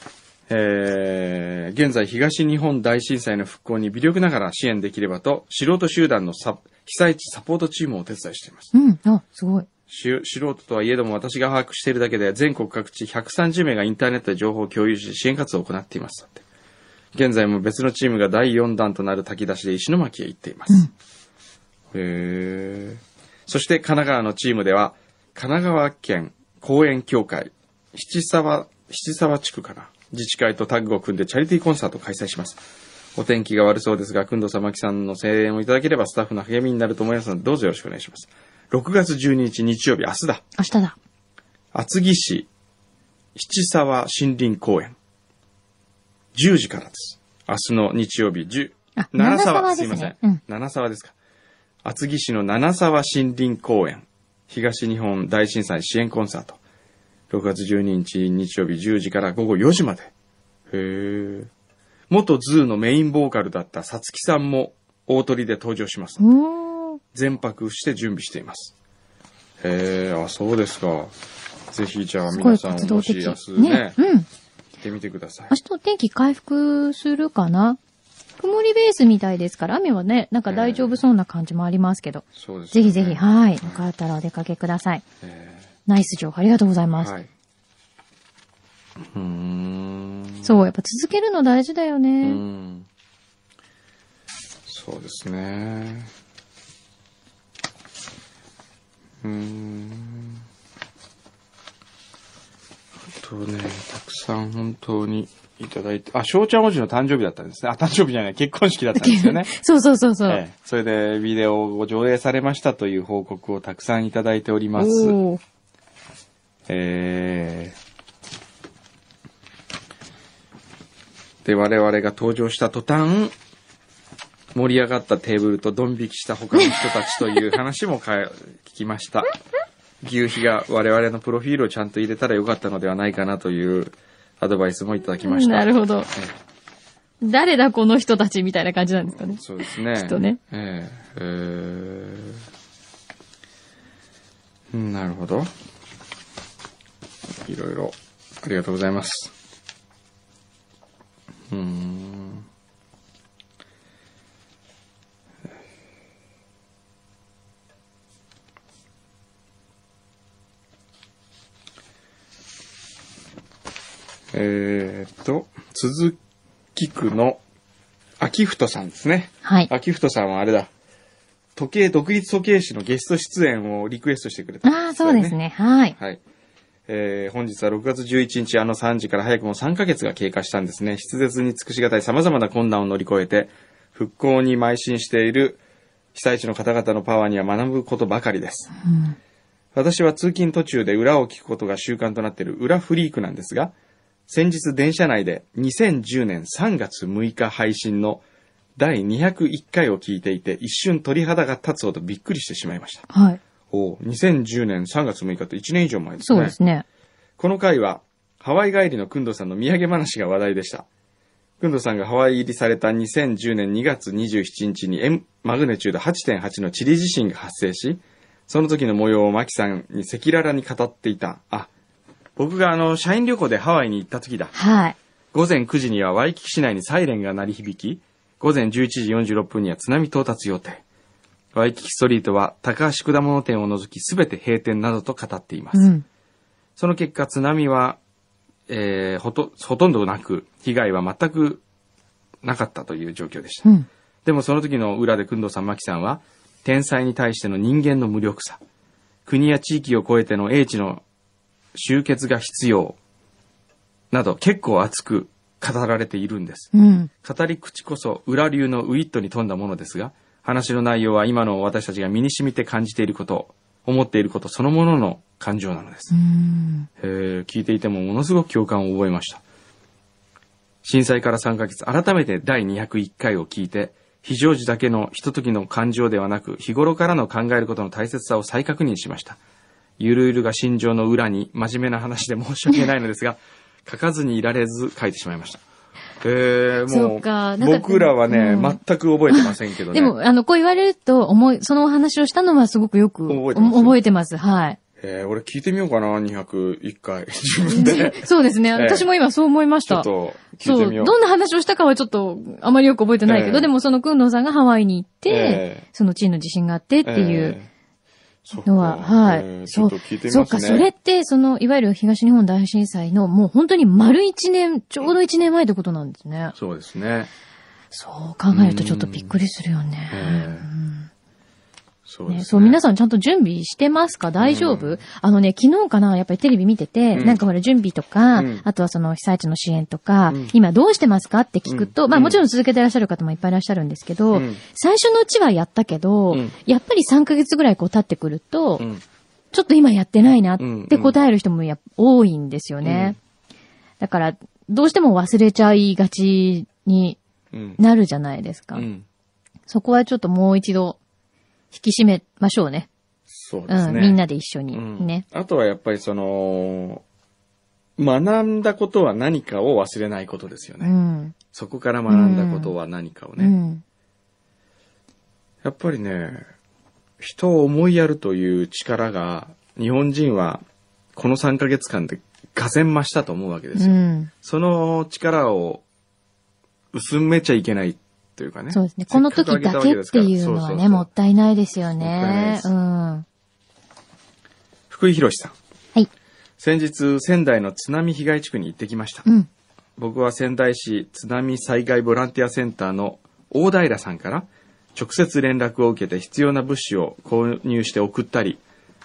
[SPEAKER 1] えー現在東日本大震災の復興に微力ながら支援できればと、素人集団のサ被災地サポートチームをお手伝いしています。
[SPEAKER 2] うん。あ、すごい。
[SPEAKER 1] し素人とはいえども私が把握しているだけで全国各地130名がインターネットで情報を共有し支援活動を行っています。だって現在も別のチームが第4弾となる炊き出しで石巻へ行っています。へえ。そして神奈川のチームでは神奈川県公園協会七沢、七沢地区かな自治会とタッグを組んでチャリティーコンサートを開催します。お天気が悪そうですが、くんどさまきさんの声援をいただければスタッフの励みになると思いますので、どうぞよろしくお願いします。6月12日日曜日、明日だ。
[SPEAKER 2] 明日だ。
[SPEAKER 1] 厚木市七沢森林公園。10時からです。明日の日曜日、10
[SPEAKER 2] あ、
[SPEAKER 1] 七沢、
[SPEAKER 2] 七沢
[SPEAKER 1] す
[SPEAKER 2] で
[SPEAKER 1] い
[SPEAKER 2] す
[SPEAKER 1] ま
[SPEAKER 2] ね
[SPEAKER 1] せん。
[SPEAKER 2] うん
[SPEAKER 1] 七沢ですか。厚木市の七沢森林公園。東日本大震災支援コンサート。6月12日日曜日10時から午後4時まで。へえ。元ズーのメインボーカルだったさつきさんも大鳥で登場します。
[SPEAKER 2] おー
[SPEAKER 1] 全泊して準備しています。へえ、あ、そうですか。ぜひ、じゃあ
[SPEAKER 2] すご
[SPEAKER 1] 皆
[SPEAKER 2] い
[SPEAKER 1] さん
[SPEAKER 2] 活
[SPEAKER 1] も
[SPEAKER 2] 動
[SPEAKER 1] し
[SPEAKER 2] 的
[SPEAKER 1] 安。ね、
[SPEAKER 2] ね。うん。
[SPEAKER 1] 行ってみてください
[SPEAKER 2] 明。日お天気回復するかな曇りベースみたいですから、雨はね、なんか大丈夫そうな感じもありますけど。
[SPEAKER 1] そうです
[SPEAKER 2] ぜ
[SPEAKER 1] よ
[SPEAKER 2] ひ
[SPEAKER 1] ね
[SPEAKER 2] ぜひ、はい。よかったらお出かけください。
[SPEAKER 1] え
[SPEAKER 2] ナイス情報ありがとうござい
[SPEAKER 1] ー
[SPEAKER 2] ます。
[SPEAKER 1] はい。うーん。
[SPEAKER 2] そう、やっぱ続けるの大事だよ
[SPEAKER 1] う
[SPEAKER 2] ね。
[SPEAKER 1] ん。そうですね。うーん。あとね、たくさん本当にいただいて、あ、翔ちゃん王子の誕生日だったんですね。あ、誕生日じゃない、結婚式だったんですよね。
[SPEAKER 2] そうそうそうそう。
[SPEAKER 1] ええそれで、ビデオを上映されましたという報告をたくさんいただいております。
[SPEAKER 2] おー
[SPEAKER 1] えーで、我々が登場した途端、盛り上がったテーブルとドン引きした他の人たちという話もか 聞きました。牛皮が我々のプロフィールをちゃんと入れたらよかったのではないかなというアドバイスもいただきました。
[SPEAKER 2] なるほど。
[SPEAKER 1] ええ
[SPEAKER 2] 誰だこの人たちみたいな感じなんですかね。
[SPEAKER 1] そうですね。
[SPEAKER 2] きっとね。
[SPEAKER 1] えええーうんなるほど。いろいろ、ありがとうございます。うーん。えーっと、鈴木区の秋太さんですね。
[SPEAKER 2] はい。
[SPEAKER 1] 秋太さんはあれだ。時計、独立時計師のゲスト出演をリクエストしてくれた、
[SPEAKER 2] ああ、そうです。ね。はい。
[SPEAKER 1] はい。えー本日は6月11日あの3時から早くも3ヶ月が経過したんですね。筆舌に尽くしがたい様々な困難を乗り越えて、復興に邁進している被災地の方々のパワーには学ぶことばかりです。
[SPEAKER 2] うん
[SPEAKER 1] 私は通勤途中で裏を聞くことが習慣となっている裏フリークなんですが、先日電車内で2010年3月6日配信の第201回を聞いていて一瞬鳥肌が立つほどびっくりしてしまいました。
[SPEAKER 2] はい。
[SPEAKER 1] おう2010年3月6日って1年以上前ですね。
[SPEAKER 2] そうですね。
[SPEAKER 1] この回は、ハワイ帰りのくんどさんの土産話が話題でした。くんどさんがハワイ入りされた2010年2月27日に M マグネチュード8.8のチリ地震が発生し、その時の模様をマキさんに赤裸々に語っていた。あ、僕があの、社員旅行でハワイに行った時だ。
[SPEAKER 2] はい。
[SPEAKER 1] 午前9時にはワイキキ市内にサイレンが鳴り響き、午前11時46分には津波到達予定。ワイキキストリートは高橋果物店を除き全て閉店などと語っています。
[SPEAKER 2] うん。
[SPEAKER 1] その結果、津波は、えーほと、ほとんどなく、被害は全くなかったという状況でした。
[SPEAKER 2] うん。
[SPEAKER 1] でもその時の裏で、くんどさん、まきさんは、天才に対しての人間の無力さ、国や地域を超えての英知の集結が必要、など結構熱く語られているんです。
[SPEAKER 2] うん。
[SPEAKER 1] 語り口こそ裏流のウィットに富んだものですが、話の内容は今の私たちが身に染みて感じていること、思っていることそのものの感情なのです
[SPEAKER 2] う。ん。
[SPEAKER 1] えー聞いていてもものすごく共感を覚えました。震災から3ヶ月、改めて第201回を聞いて、非常時だけのひとときの感情ではなく、日頃からの考えることの大切さを再確認しました。ゆるゆるが心情の裏に真面目な話で申し訳ないのですが、 書かずにいられず書いてしまいました。えー、
[SPEAKER 2] そ
[SPEAKER 1] も
[SPEAKER 2] う
[SPEAKER 1] う、
[SPEAKER 2] かなんか
[SPEAKER 1] 僕らはね、
[SPEAKER 2] うん
[SPEAKER 1] 全く覚えてませんけどね。
[SPEAKER 2] でも、あの、こう言われると、思い、そのお話をしたのはすごくよく
[SPEAKER 1] 覚えてます
[SPEAKER 2] 覚えてます。はい。
[SPEAKER 1] えー、俺聞いてみようかな、201回。 自分で。
[SPEAKER 2] そうですね。
[SPEAKER 1] ええ
[SPEAKER 2] 私も今そう思いまし
[SPEAKER 1] ちょ
[SPEAKER 2] た
[SPEAKER 1] っ。と、聞い
[SPEAKER 2] そ
[SPEAKER 1] て
[SPEAKER 2] う。
[SPEAKER 1] みよう。
[SPEAKER 2] どんな話をしたかはちょっと、あまりよく覚えてないけ
[SPEAKER 1] え
[SPEAKER 2] ど、
[SPEAKER 1] え
[SPEAKER 2] でもその、くんのさんがハワイに行って、
[SPEAKER 1] えー
[SPEAKER 2] その地位の地震があってっていうの
[SPEAKER 1] え
[SPEAKER 2] は、
[SPEAKER 1] え
[SPEAKER 2] はい。
[SPEAKER 1] そ
[SPEAKER 2] そうう
[SPEAKER 1] かええちょっと聞いてみますね。
[SPEAKER 2] そうか、それって、その、いわゆる東日本大震災の、もう本当に丸一年、ちょうど一年前ってことなんですね。
[SPEAKER 1] そうですね。
[SPEAKER 2] そう考えるとちょっとびっくりするよね。
[SPEAKER 1] えそうです
[SPEAKER 2] ね、
[SPEAKER 1] ね。
[SPEAKER 2] そう、皆
[SPEAKER 1] さ
[SPEAKER 2] さんちゃんと準備してますか大丈夫、あのね、昨日かなやっぱりテレビ見てて、
[SPEAKER 1] うん
[SPEAKER 2] なんかほら、準備とか、
[SPEAKER 1] うん
[SPEAKER 2] あとはその被災地の支援とか、
[SPEAKER 1] うん
[SPEAKER 2] 今どうしてますかって聞くと、
[SPEAKER 1] うん
[SPEAKER 2] まあもちろん続けてらっしゃる方もいっぱいいらっしゃるんですけど、
[SPEAKER 1] うん
[SPEAKER 2] 最初のうちはやったけど、
[SPEAKER 1] うん
[SPEAKER 2] やっぱり3ヶ月ぐらいこう経ってくると、
[SPEAKER 1] うん。
[SPEAKER 2] ちょっと今やってないなっ
[SPEAKER 1] うん
[SPEAKER 2] て答える人もやっぱ多いんですよね。だから、どうしても忘れちゃいがちに
[SPEAKER 1] うん。
[SPEAKER 2] なるじゃないですか。
[SPEAKER 1] うん。
[SPEAKER 2] そこはちょっともう一度、引き締めましょうね。
[SPEAKER 1] そうです
[SPEAKER 2] う
[SPEAKER 1] ね。
[SPEAKER 2] ん、みんなで一緒に。
[SPEAKER 1] うん
[SPEAKER 2] ね。。
[SPEAKER 1] あとはやっぱりその、学んだことは何かを忘れないことですよ
[SPEAKER 2] う
[SPEAKER 1] ね。
[SPEAKER 2] ん。
[SPEAKER 1] そこから学んだことは何かを
[SPEAKER 2] う
[SPEAKER 1] ね。
[SPEAKER 2] ん。
[SPEAKER 1] やっぱりね、人を思いやるという力が、日本人はこの3ヶ月間でがぜん増したと思うわけですよ
[SPEAKER 2] うん。
[SPEAKER 1] その力を薄めちゃいけないというかね。
[SPEAKER 2] そうですね。この時だけっていうのはね、もったいないですよ
[SPEAKER 1] もったいないで
[SPEAKER 2] ね。
[SPEAKER 1] す
[SPEAKER 2] うん。
[SPEAKER 1] 福井博さん。
[SPEAKER 2] はい。
[SPEAKER 1] 先日、仙台の津波被害地区に行ってきました。
[SPEAKER 2] うん。
[SPEAKER 1] 僕は仙台市津波災害ボランティアセンターの大平さんから直接連絡を受けて必要な物資を購入して送ったり、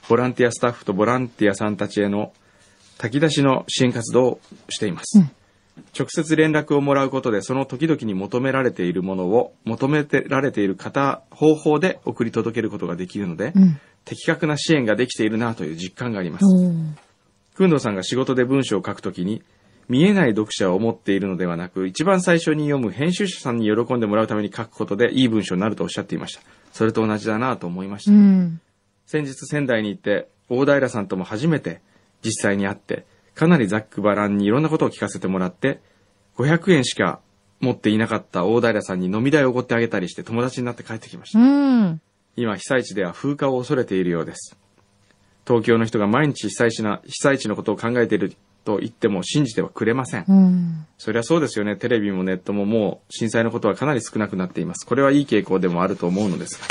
[SPEAKER 1] ボランティアスタッフとボランティアさんたちへの炊き出しの支援活動をしています。
[SPEAKER 2] うん
[SPEAKER 1] 直接連絡をもらうことでその時々に求められているものを求めてられている方方法で送り届けることができるので、
[SPEAKER 2] うん。
[SPEAKER 1] 的確な支援ができているなという実感があります。
[SPEAKER 2] おー
[SPEAKER 1] くんどうさんが仕事で文章を書くときに、見えない読者を思っているのではなく、一番最初に読む編集者さんに喜んでもらうために書くことでいい文章になるとおっしゃっていました。それと同じだなと思いました。
[SPEAKER 2] うん。
[SPEAKER 1] 先日仙台に行って、大平さんとも初めて実際に会って、かなりざっくばらんにいろんなことを聞かせてもらって、500円しか持っていなかった大平さんに飲み代をおごってあげたりして友達になって帰ってきました
[SPEAKER 2] う。ん。
[SPEAKER 1] 今被災地では風化を恐れているようです東京の人が毎日被災地な被災地のことを考えていると言っても信じてはくれません、
[SPEAKER 2] うん。
[SPEAKER 1] そりゃそうですよねテレビもネットももう震災のことはかなり少なくなっていますこれはいい傾向でもあると思うのですが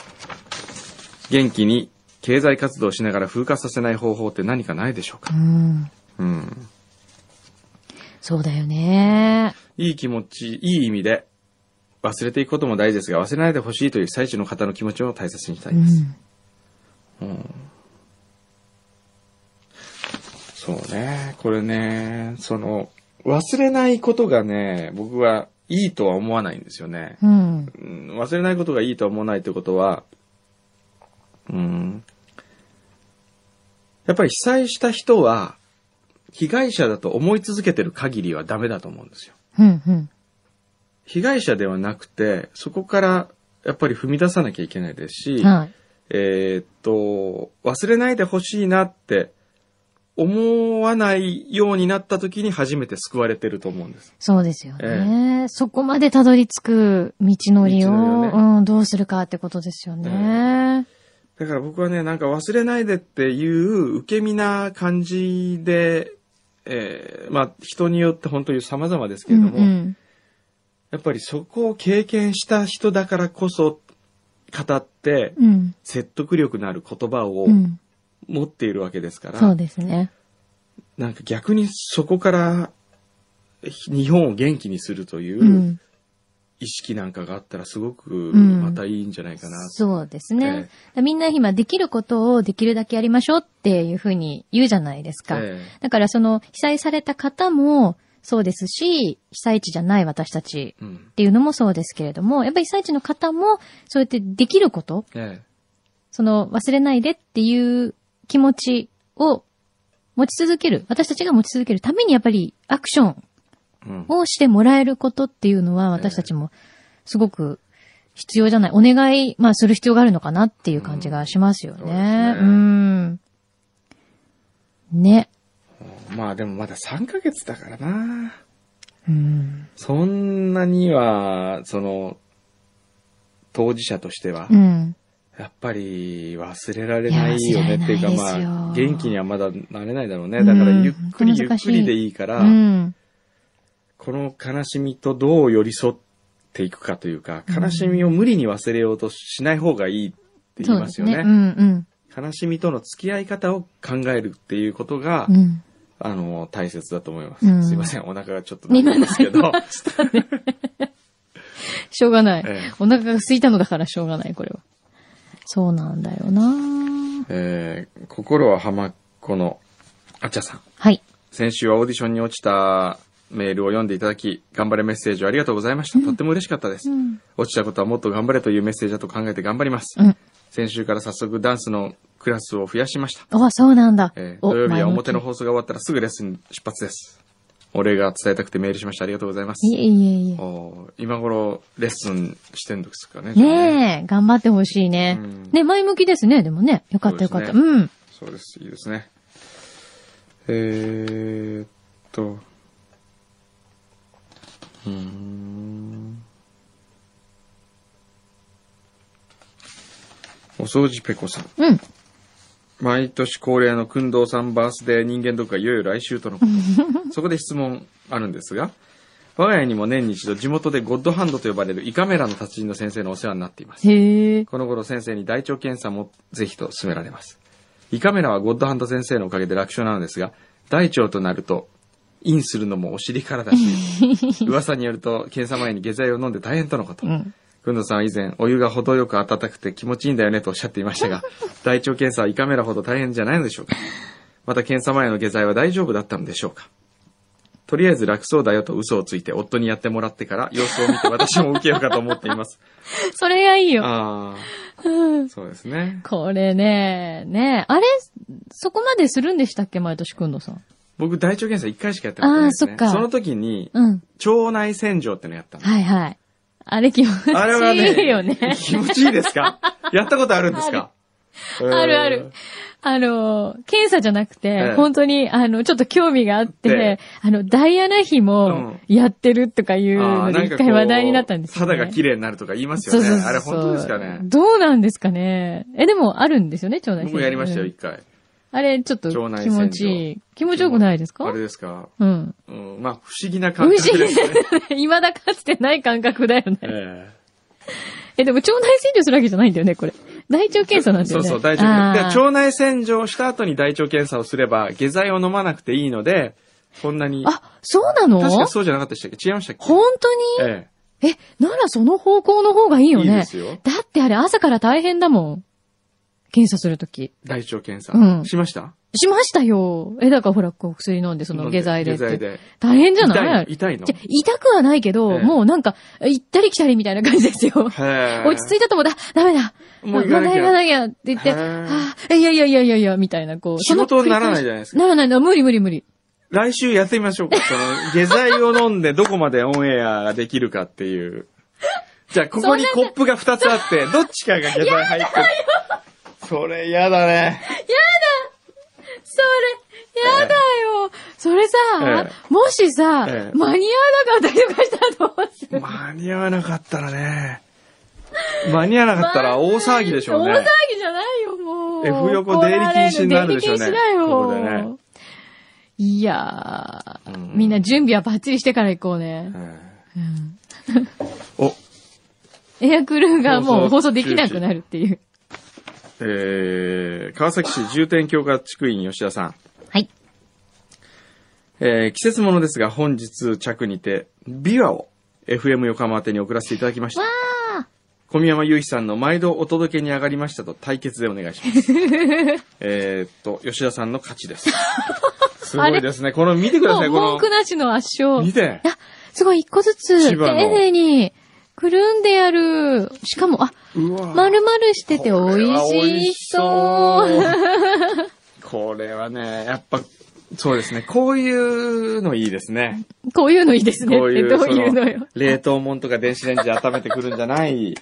[SPEAKER 1] 元気に経済活動をしながら風化させない方法って何かないでしょう
[SPEAKER 2] う
[SPEAKER 1] か
[SPEAKER 2] ん。
[SPEAKER 1] うん
[SPEAKER 2] そうだよね。
[SPEAKER 1] いい気持ちいい意味で忘れていくことも大事ですが忘れないでほしいという被災地の方の気持ちを大切にした
[SPEAKER 2] う
[SPEAKER 1] いです、
[SPEAKER 2] ん。
[SPEAKER 1] そうね。これね、その、忘れないことがね、僕はいいとは思わないんですよね。
[SPEAKER 2] うん。
[SPEAKER 1] うん忘れないことがいいとは思わないってことは、うん。やっぱり被災した人は、被害者だと思い続けてる限りはダメだと思うんですよ。
[SPEAKER 2] うん。うん。
[SPEAKER 1] 被害者ではなくて、そこからやっぱり踏み出さなきゃいけないですし、
[SPEAKER 2] はい。
[SPEAKER 1] えーっと、忘れないでほしいなって思わないようになった時に初めて救われてると思うんです。
[SPEAKER 2] そうですよね。そこまでたどり着く道のりを、
[SPEAKER 1] 道のりを
[SPEAKER 2] うん、どうするかってことですよね。
[SPEAKER 1] だから僕はね、なんか忘れないでっていう受け身な感じで、えーまあ人によって本当に様々ですけれども、
[SPEAKER 2] うん
[SPEAKER 1] やっぱりそこを経験した人だからこそ語って
[SPEAKER 2] うん。うん。
[SPEAKER 1] 説得力のある言葉を
[SPEAKER 2] うん。
[SPEAKER 1] 持っているわけですから、
[SPEAKER 2] そうですね。
[SPEAKER 1] なんか逆にそこから日本を元気にするという、
[SPEAKER 2] うん。
[SPEAKER 1] 意識なんかがあったらすごく
[SPEAKER 2] うん
[SPEAKER 1] またいいんじゃないかな。
[SPEAKER 2] そうですね。みんな今できることをできるだけやりましょうっていうふうに言うじゃないですか。
[SPEAKER 1] え
[SPEAKER 2] だからその被災された方もそうですし、被災地じゃない私たち
[SPEAKER 1] えうん
[SPEAKER 2] っていうのもそうですけれども、やっぱり被災地の方もそうやってできること、
[SPEAKER 1] え
[SPEAKER 2] その忘れないでっていう気持ちを持ち続ける、私たちが持ち続けるためにやっぱりアクション
[SPEAKER 1] えうん
[SPEAKER 2] をしてもらえることっていうのは私たちもすごく必要じゃない、お願い、まあする必要があるのかなっていう感じがしますよ
[SPEAKER 1] うんそうです
[SPEAKER 2] ね
[SPEAKER 1] ね。
[SPEAKER 2] うん。ね。
[SPEAKER 1] まあでもまだ3ヶ月だからな。
[SPEAKER 2] うん。
[SPEAKER 1] そんなには、その、当事者としては、
[SPEAKER 2] うん。
[SPEAKER 1] やっぱり忘れられないよ
[SPEAKER 2] いや忘
[SPEAKER 1] ね
[SPEAKER 2] れられない
[SPEAKER 1] っていうか、
[SPEAKER 2] ですよ
[SPEAKER 1] まあ、元気にはまだなれないだろうね。だから
[SPEAKER 2] うん
[SPEAKER 1] ゆっくりゆっ
[SPEAKER 2] 難しい
[SPEAKER 1] くりでいいから、
[SPEAKER 2] うん。
[SPEAKER 1] この悲しみとどう寄り添っていくかというか、悲しみを無理に忘れようとしない方がいいって言いますよね。
[SPEAKER 2] うんうん。
[SPEAKER 1] 悲しみとの付き合い方を考えるっていうことが、
[SPEAKER 2] うん。
[SPEAKER 1] あの、大切だと思います。
[SPEAKER 2] うん
[SPEAKER 1] すいません、お腹がちょっと鳴ったんですけど。
[SPEAKER 2] しょうがない。
[SPEAKER 1] ええ
[SPEAKER 2] お腹が空いたのだからしょうがない、これは。そうなんだよな
[SPEAKER 1] えー心は浜っ子のあちゃさん。
[SPEAKER 2] はい。
[SPEAKER 1] 先週はオーディションに落ちたメールを読んでいただき、頑張れメッセージをありがとうございました。とっても嬉しかったです。
[SPEAKER 2] ん。
[SPEAKER 1] 落ちたことはもっと頑張れというメッセージだと考えて頑張ります。
[SPEAKER 2] うん。
[SPEAKER 1] 先週から早速ダンスのクラスを増やしました。
[SPEAKER 2] あ、そうなんだ。
[SPEAKER 1] えー
[SPEAKER 2] お
[SPEAKER 1] 土曜日は
[SPEAKER 2] 前向き
[SPEAKER 1] 表の放送が終わったらすぐレッスン出発です。お礼が伝えたくてメールしました。ありがとうございます。
[SPEAKER 2] いえいえい
[SPEAKER 1] おー今頃レッスンしてんですかね。
[SPEAKER 2] え。ねえ、頑張ってほしいね
[SPEAKER 1] うん。
[SPEAKER 2] ね、前向きですね、でもね。よかったよかった。
[SPEAKER 1] そうです
[SPEAKER 2] うん。
[SPEAKER 1] そうです。いいですね。えー、っと。うーん。お掃除ペコさん。
[SPEAKER 2] うん。
[SPEAKER 1] 毎年恒例のくんどうさんバースデー人間ドックがいよいよ来週とのこと。そこで質問あるんですが、我が家にも年に一度地元でゴッドハンドと呼ばれる胃カメラの達人の先生のお世話になっています。
[SPEAKER 2] へえ。
[SPEAKER 1] この頃先生に大腸検査もぜひと勧められます。胃カメラはゴッドハンド先生のおかげで楽勝なのですが、大腸となると、インするのもお尻からだし、噂によると検査前に下剤を飲んで大変とのこと。
[SPEAKER 2] うん。
[SPEAKER 1] くんどさんは以前、お湯が程よく温かくて気持ちいいんだよねとおっしゃっていましたが、大腸検査は胃カメラほど大変じゃないのでしょうか。また検査前の下剤は大丈夫だったのでしょうか。とりあえず楽そうだよと嘘をついて夫にやってもらってから様子を見て私も受けようかと思っています。
[SPEAKER 2] それがいいよ。
[SPEAKER 1] あ
[SPEAKER 2] うん
[SPEAKER 1] あ、そうですね。
[SPEAKER 2] これね、ねあれ、そこまでするんでしたっけ毎年くんのさん。
[SPEAKER 1] 僕大腸検査一回しかやったことないですね。
[SPEAKER 2] あーそっか
[SPEAKER 1] その時に、
[SPEAKER 2] うん。
[SPEAKER 1] 腸内洗浄ってのやったの。
[SPEAKER 2] はいはい。あれ気持ちい
[SPEAKER 1] あれはね、
[SPEAKER 2] いよね。
[SPEAKER 1] 気持ちいいですかやったことあるんですか
[SPEAKER 2] あるある。あの、検査じゃなくて、
[SPEAKER 1] ええ
[SPEAKER 2] 本当に、あの、ちょっと興味があって、
[SPEAKER 1] え
[SPEAKER 2] あの、ダイアナ妃もやってるとかいう
[SPEAKER 1] あ
[SPEAKER 2] の
[SPEAKER 1] ー
[SPEAKER 2] で、一回話題になったんですよ、ね。
[SPEAKER 1] 肌が綺麗になるとか言いますよね。
[SPEAKER 2] そうそうそうそう
[SPEAKER 1] あれ本当ですかね。
[SPEAKER 2] どうなんですかね。え、でもあるんですよね、腸内洗浄
[SPEAKER 1] 僕やりましたよ、
[SPEAKER 2] うん
[SPEAKER 1] 一回。
[SPEAKER 2] あれ、ちょっと
[SPEAKER 1] 腸内
[SPEAKER 2] 気
[SPEAKER 1] 洗浄
[SPEAKER 2] 持ちいい。気持ちよくないですか
[SPEAKER 1] あれですか。
[SPEAKER 2] うん。
[SPEAKER 1] うん、まあ、不思議な感覚ですね。
[SPEAKER 2] 未だかつてない感覚だよね。
[SPEAKER 1] え
[SPEAKER 2] え、でも腸内洗浄するわけじゃないんだよね、これ。大腸検査なん
[SPEAKER 1] え
[SPEAKER 2] だよ
[SPEAKER 1] そう
[SPEAKER 2] ね。
[SPEAKER 1] そう、大腸
[SPEAKER 2] あー
[SPEAKER 1] 検査。で腸内洗浄した後に大腸検査をすれば、下剤を飲まなくていいので、そんなに。
[SPEAKER 2] あ、そうなの
[SPEAKER 1] 確かそうじゃなかったでしたっけ違いましたっけ
[SPEAKER 2] 本当に
[SPEAKER 1] え
[SPEAKER 2] えならその方向の方がいい
[SPEAKER 1] え
[SPEAKER 2] よ
[SPEAKER 1] いいで
[SPEAKER 2] ね。
[SPEAKER 1] すよ。
[SPEAKER 2] だってあれ朝から大変だもん。検査するとき。
[SPEAKER 1] 大腸検査。
[SPEAKER 2] うん
[SPEAKER 1] しました
[SPEAKER 2] しましたよ。え、だからほら、こう薬飲んで、その下剤でっ
[SPEAKER 1] 下剤
[SPEAKER 2] て。
[SPEAKER 1] で。
[SPEAKER 2] 大変じゃない
[SPEAKER 1] 痛
[SPEAKER 2] あ
[SPEAKER 1] い
[SPEAKER 2] れ
[SPEAKER 1] の痛いの
[SPEAKER 2] じゃ痛くはないけ
[SPEAKER 1] え
[SPEAKER 2] ど、
[SPEAKER 1] え
[SPEAKER 2] もうなんか、行ったり来たりみたいな感じですよ。
[SPEAKER 1] へえ
[SPEAKER 2] 落ち着いたと思った、あダメだ。
[SPEAKER 1] もう行
[SPEAKER 2] ま
[SPEAKER 1] か
[SPEAKER 2] あ
[SPEAKER 1] なき
[SPEAKER 2] 行か
[SPEAKER 1] ゃ。
[SPEAKER 2] なきゃって言って、
[SPEAKER 1] へー
[SPEAKER 2] はあ、いやいやいやいやいや、みたいな、こう。
[SPEAKER 1] 仕事にならないじ
[SPEAKER 2] ゃ
[SPEAKER 1] ゃないですか。
[SPEAKER 2] ならない、な無理無理無理。
[SPEAKER 1] 来週やってみましょうか。その、下剤を飲んでどこまでオンエアができるかって いう。じゃあ、ここにコップが2つあって、どっちかが下剤入ってる。それ嫌だね。
[SPEAKER 2] それ、やだよ。それさ、
[SPEAKER 1] え
[SPEAKER 2] もしさ、
[SPEAKER 1] ええ
[SPEAKER 2] 間に合わなかったりとかしたらどうする
[SPEAKER 1] 間に合わなかったらね。間に合わなかったら大騒ぎでしょう
[SPEAKER 2] 大騒
[SPEAKER 1] ね。
[SPEAKER 2] ぎじゃないよ、もう。
[SPEAKER 1] F 横出入り禁止になるでしょうね
[SPEAKER 2] 出入り禁止だよ。
[SPEAKER 1] ここでね
[SPEAKER 2] いやー、
[SPEAKER 1] うん
[SPEAKER 2] みんな準備はバッチリしてから行こうね。うん
[SPEAKER 1] お、
[SPEAKER 2] エアクルーがもう
[SPEAKER 1] 放
[SPEAKER 2] 放
[SPEAKER 1] 送中
[SPEAKER 2] 送で
[SPEAKER 1] 止
[SPEAKER 2] きなくなるっていう。
[SPEAKER 1] えー、川崎市重点強化地区員吉田さん。
[SPEAKER 2] はい。
[SPEAKER 1] えー季節ものですが本日着にて、ビワを FM 横浜宛てに送らせていただきました。小宮山雄一さんの毎度お届けに上がりましたと対決でお願いし ます。えーっと、吉田さんの勝ちです。すごいですね。この、見てくだ
[SPEAKER 2] も、
[SPEAKER 1] さいうこ
[SPEAKER 2] 文
[SPEAKER 1] の
[SPEAKER 2] 句、なしの圧勝
[SPEAKER 1] 見。て。
[SPEAKER 2] すごい、一個ずつ、
[SPEAKER 1] 千
[SPEAKER 2] 丁
[SPEAKER 1] 葉の
[SPEAKER 2] 寧に、くるんでやる。しかも、あ、
[SPEAKER 1] うわぁ
[SPEAKER 2] 丸々してて美味しそ
[SPEAKER 1] こ
[SPEAKER 2] う。
[SPEAKER 1] れは美味しそう。これはね、やっぱ、そうですね。こういうのいいですね。
[SPEAKER 2] こういうのいいですね
[SPEAKER 1] こ
[SPEAKER 2] っ
[SPEAKER 1] う
[SPEAKER 2] て
[SPEAKER 1] いう、
[SPEAKER 2] どういう
[SPEAKER 1] そ
[SPEAKER 2] のよ。
[SPEAKER 1] 冷凍もんとか電子レンジで温めてくるんじゃない。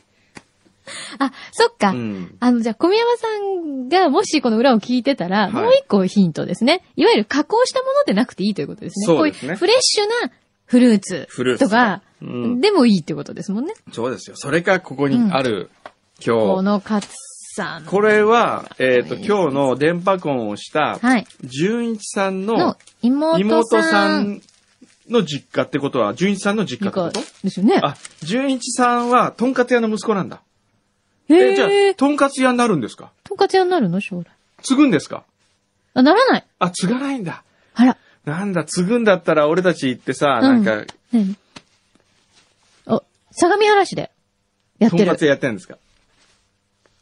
[SPEAKER 2] あ、そっか。
[SPEAKER 1] うん。
[SPEAKER 2] あの、じゃあ、小宮山さんがもしこの裏を聞いてたら、
[SPEAKER 1] い
[SPEAKER 2] もう一個ヒントですね。いわゆる加工したものでなくていいということですね。
[SPEAKER 1] そうですね
[SPEAKER 2] こういうフレッシュなフルーツ
[SPEAKER 1] フルーツ
[SPEAKER 2] とか、
[SPEAKER 1] うん
[SPEAKER 2] でもいいってことですもんね。
[SPEAKER 1] そうですよ。それか、ここにある、今
[SPEAKER 2] こ
[SPEAKER 1] 日。
[SPEAKER 2] のカツさん。
[SPEAKER 1] これは、えっ、と、
[SPEAKER 2] いい
[SPEAKER 1] 今日の電波婚をした、
[SPEAKER 2] はい。
[SPEAKER 1] 純一さんの
[SPEAKER 2] の、妹さん。
[SPEAKER 1] 妹さんの実家ってことは、純一さんの実家
[SPEAKER 2] か
[SPEAKER 1] ってこ
[SPEAKER 2] ですよね
[SPEAKER 1] と。あ、純一さんは、とんかつ屋の息子なんだ。
[SPEAKER 2] へ
[SPEAKER 1] え、じゃあ
[SPEAKER 2] え、、
[SPEAKER 1] とんかつ屋になるんですか
[SPEAKER 2] とんかつ屋になるの将来。
[SPEAKER 1] 継ぐんですか
[SPEAKER 2] あ、ならない。
[SPEAKER 1] あ、継がないんだ。
[SPEAKER 2] あら。
[SPEAKER 1] なんだ、継ぐんだったら俺たち行ってさ、
[SPEAKER 2] うん
[SPEAKER 1] なんか、
[SPEAKER 2] 何あ、相模原市でやっ
[SPEAKER 1] と
[SPEAKER 2] て
[SPEAKER 1] んかつ
[SPEAKER 2] る。
[SPEAKER 1] 屋やってんですか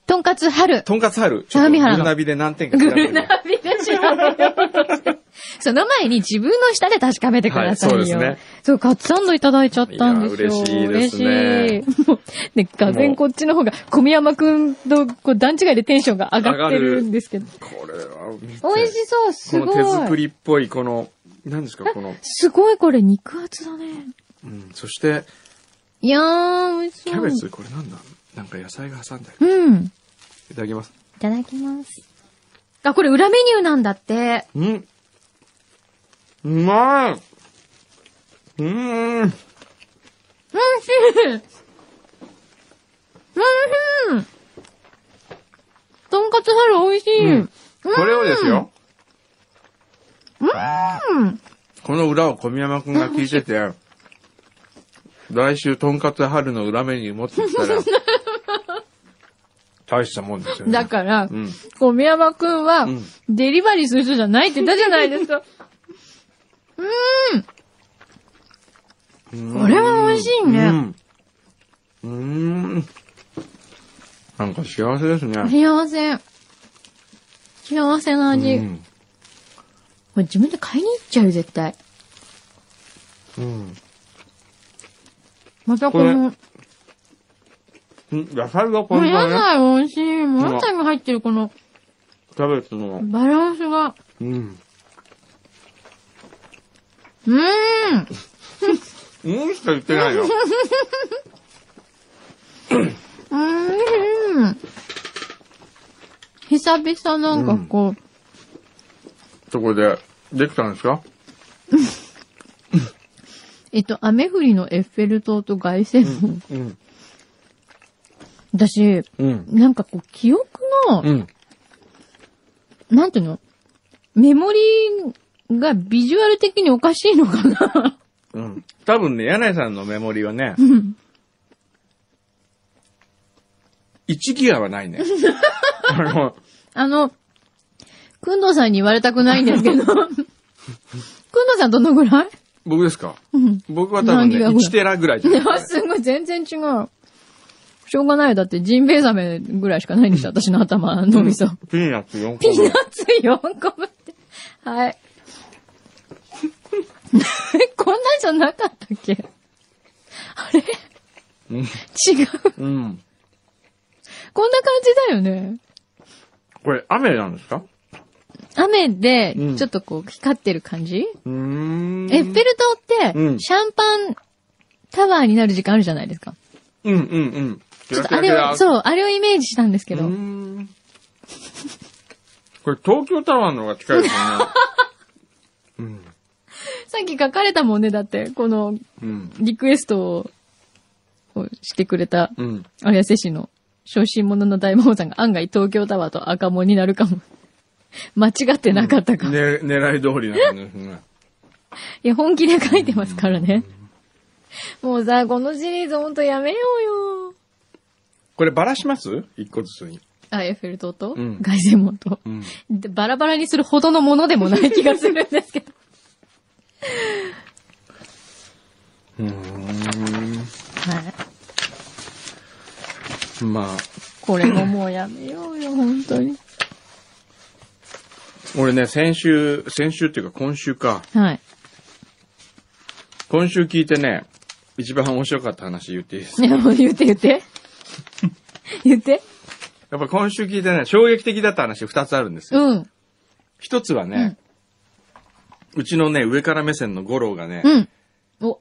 [SPEAKER 2] とんかつ春。
[SPEAKER 1] とんかつ春。
[SPEAKER 2] 相模原
[SPEAKER 1] グ
[SPEAKER 2] の
[SPEAKER 1] ルナビで何点か
[SPEAKER 2] グ
[SPEAKER 1] 調べて
[SPEAKER 2] ルナビで調べようその前に自分の舌で確かめてくださいよ。
[SPEAKER 1] はいそうですね
[SPEAKER 2] そう、カツサンドいただいちゃったんですよ。
[SPEAKER 1] いや嬉しいです
[SPEAKER 2] ね。もう、ね、がぜんこっちの方が、小宮山くんとこう段違いでテンションが上がってるんですけど。
[SPEAKER 1] これは見て、
[SPEAKER 2] 美味しそう、す
[SPEAKER 1] この手
[SPEAKER 2] ご
[SPEAKER 1] 作
[SPEAKER 2] い。
[SPEAKER 1] りっぽい、この、何ですか、この、
[SPEAKER 2] すごいこれ肉厚だね。
[SPEAKER 1] うん、そして、
[SPEAKER 2] いやー、美味しそ
[SPEAKER 1] キ
[SPEAKER 2] う。
[SPEAKER 1] ャベツ、これなんだなんか野菜が挟んである。
[SPEAKER 2] うん。い
[SPEAKER 1] いただきます。
[SPEAKER 2] ただきます。あ、これ裏メニューなんだって。
[SPEAKER 1] うんうまいうーん
[SPEAKER 2] 美味しい美味しいとんかつ春美味しい、
[SPEAKER 1] うんこれをですよ。
[SPEAKER 2] うん
[SPEAKER 1] この裏を小宮山くんが聞いてて、来週、とんかつ春の裏メニュー持ってきたら、大したもんですよね。
[SPEAKER 2] だから、
[SPEAKER 1] うん。
[SPEAKER 2] 米山くんは
[SPEAKER 1] うん、
[SPEAKER 2] デリバリーする人じゃないって言ったじゃないですか。これは美味しいね。
[SPEAKER 1] うん。うーん。なんか幸せですね。
[SPEAKER 2] 幸せ。幸せの味。
[SPEAKER 1] うん
[SPEAKER 2] これ自分で買いに行っちゃうよ、絶対。
[SPEAKER 1] うん。
[SPEAKER 2] またこの、
[SPEAKER 1] うん野菜が
[SPEAKER 2] お
[SPEAKER 1] ポイントだ
[SPEAKER 2] 野
[SPEAKER 1] ね。
[SPEAKER 2] 菜美味しい。お野菜が入ってるこの
[SPEAKER 1] キャベツの。
[SPEAKER 2] バランスが。
[SPEAKER 1] うん。
[SPEAKER 2] うーん
[SPEAKER 1] うんしか言ってないよ。
[SPEAKER 2] うーん。久々なんかこう、
[SPEAKER 1] そこで、できたんですか
[SPEAKER 2] えっと、雨降りのエッフェル塔と凱旋門。
[SPEAKER 1] うん。
[SPEAKER 2] 私、
[SPEAKER 1] うん。
[SPEAKER 2] なんかこう、記憶の、
[SPEAKER 1] うん。
[SPEAKER 2] なんていうのメモリーがビジュアル的におかしいのかな
[SPEAKER 1] うん。多分ね、柳井さんのメモリはね、1ギガはないね。 あの、
[SPEAKER 2] あの、くんどうさんに言われたくないんですけど、くんどうさんどのぐらい
[SPEAKER 1] 僕ですか
[SPEAKER 2] うん。
[SPEAKER 1] 僕は多分ね、
[SPEAKER 2] 何ギガぐらい
[SPEAKER 1] 1テラぐらいじゃ
[SPEAKER 2] い
[SPEAKER 1] ない
[SPEAKER 2] や、 すごい、全然違う。しょうがないよ。だって、ジンベエザメぐらいしかないんでしょ私の頭、脳みそ。
[SPEAKER 1] ピーナッツ4個分。
[SPEAKER 2] ピーナッツ4個分って。はい。 こんなんじゃなかったっけあれ違う。
[SPEAKER 1] うん。
[SPEAKER 2] こんな感じだよね。
[SPEAKER 1] これ、雨なんですか
[SPEAKER 2] 雨で
[SPEAKER 1] うん、
[SPEAKER 2] ちょっとこう、光ってる感じ、
[SPEAKER 1] うーん。
[SPEAKER 2] エッフェル塔って、
[SPEAKER 1] うん
[SPEAKER 2] シャンパンタワーになる時間あるじゃないですか。
[SPEAKER 1] うんうんうん。
[SPEAKER 2] ちょっとあれを、
[SPEAKER 1] う
[SPEAKER 2] そう、あれをイメージしたんですけ
[SPEAKER 1] け
[SPEAKER 2] ど。
[SPEAKER 1] ん。これ、東京タワーの方が近いですよね。 うん。
[SPEAKER 2] さっき書かれたもんね、だって、この、
[SPEAKER 1] うん。
[SPEAKER 2] リクエストを、をしてくれた、
[SPEAKER 1] うん。
[SPEAKER 2] 綾瀬市の小心者の大魔王さんが案外東京タワーと赤門になるかも。 間違ってなかったかも。
[SPEAKER 1] ね、狙い通りなんですね。
[SPEAKER 2] いや、本気で書いてますからね。もうさ、このシリーズほんとやめようよ。
[SPEAKER 1] これ、ばらします一個ずつに。
[SPEAKER 2] あ、エッフェル塔と、
[SPEAKER 1] うん
[SPEAKER 2] 凱旋門と、
[SPEAKER 1] うん。
[SPEAKER 2] でバラバラにするほどのものでもない気がするんですけど。はい。
[SPEAKER 1] まあ、
[SPEAKER 2] これももうやめようよ、本当に。
[SPEAKER 1] 俺ね、先週、先週っていうか今週か。
[SPEAKER 2] はい。
[SPEAKER 1] 今週聞いてね、一番面白かった話言っていいです
[SPEAKER 2] いや、もう言って言って。言って。
[SPEAKER 1] やっぱ今週聞いてね、衝撃的だった話二つあるんですよ。
[SPEAKER 2] うん。
[SPEAKER 1] 一つはね、うちのね、上から目線の五郎がね、
[SPEAKER 2] うん。お、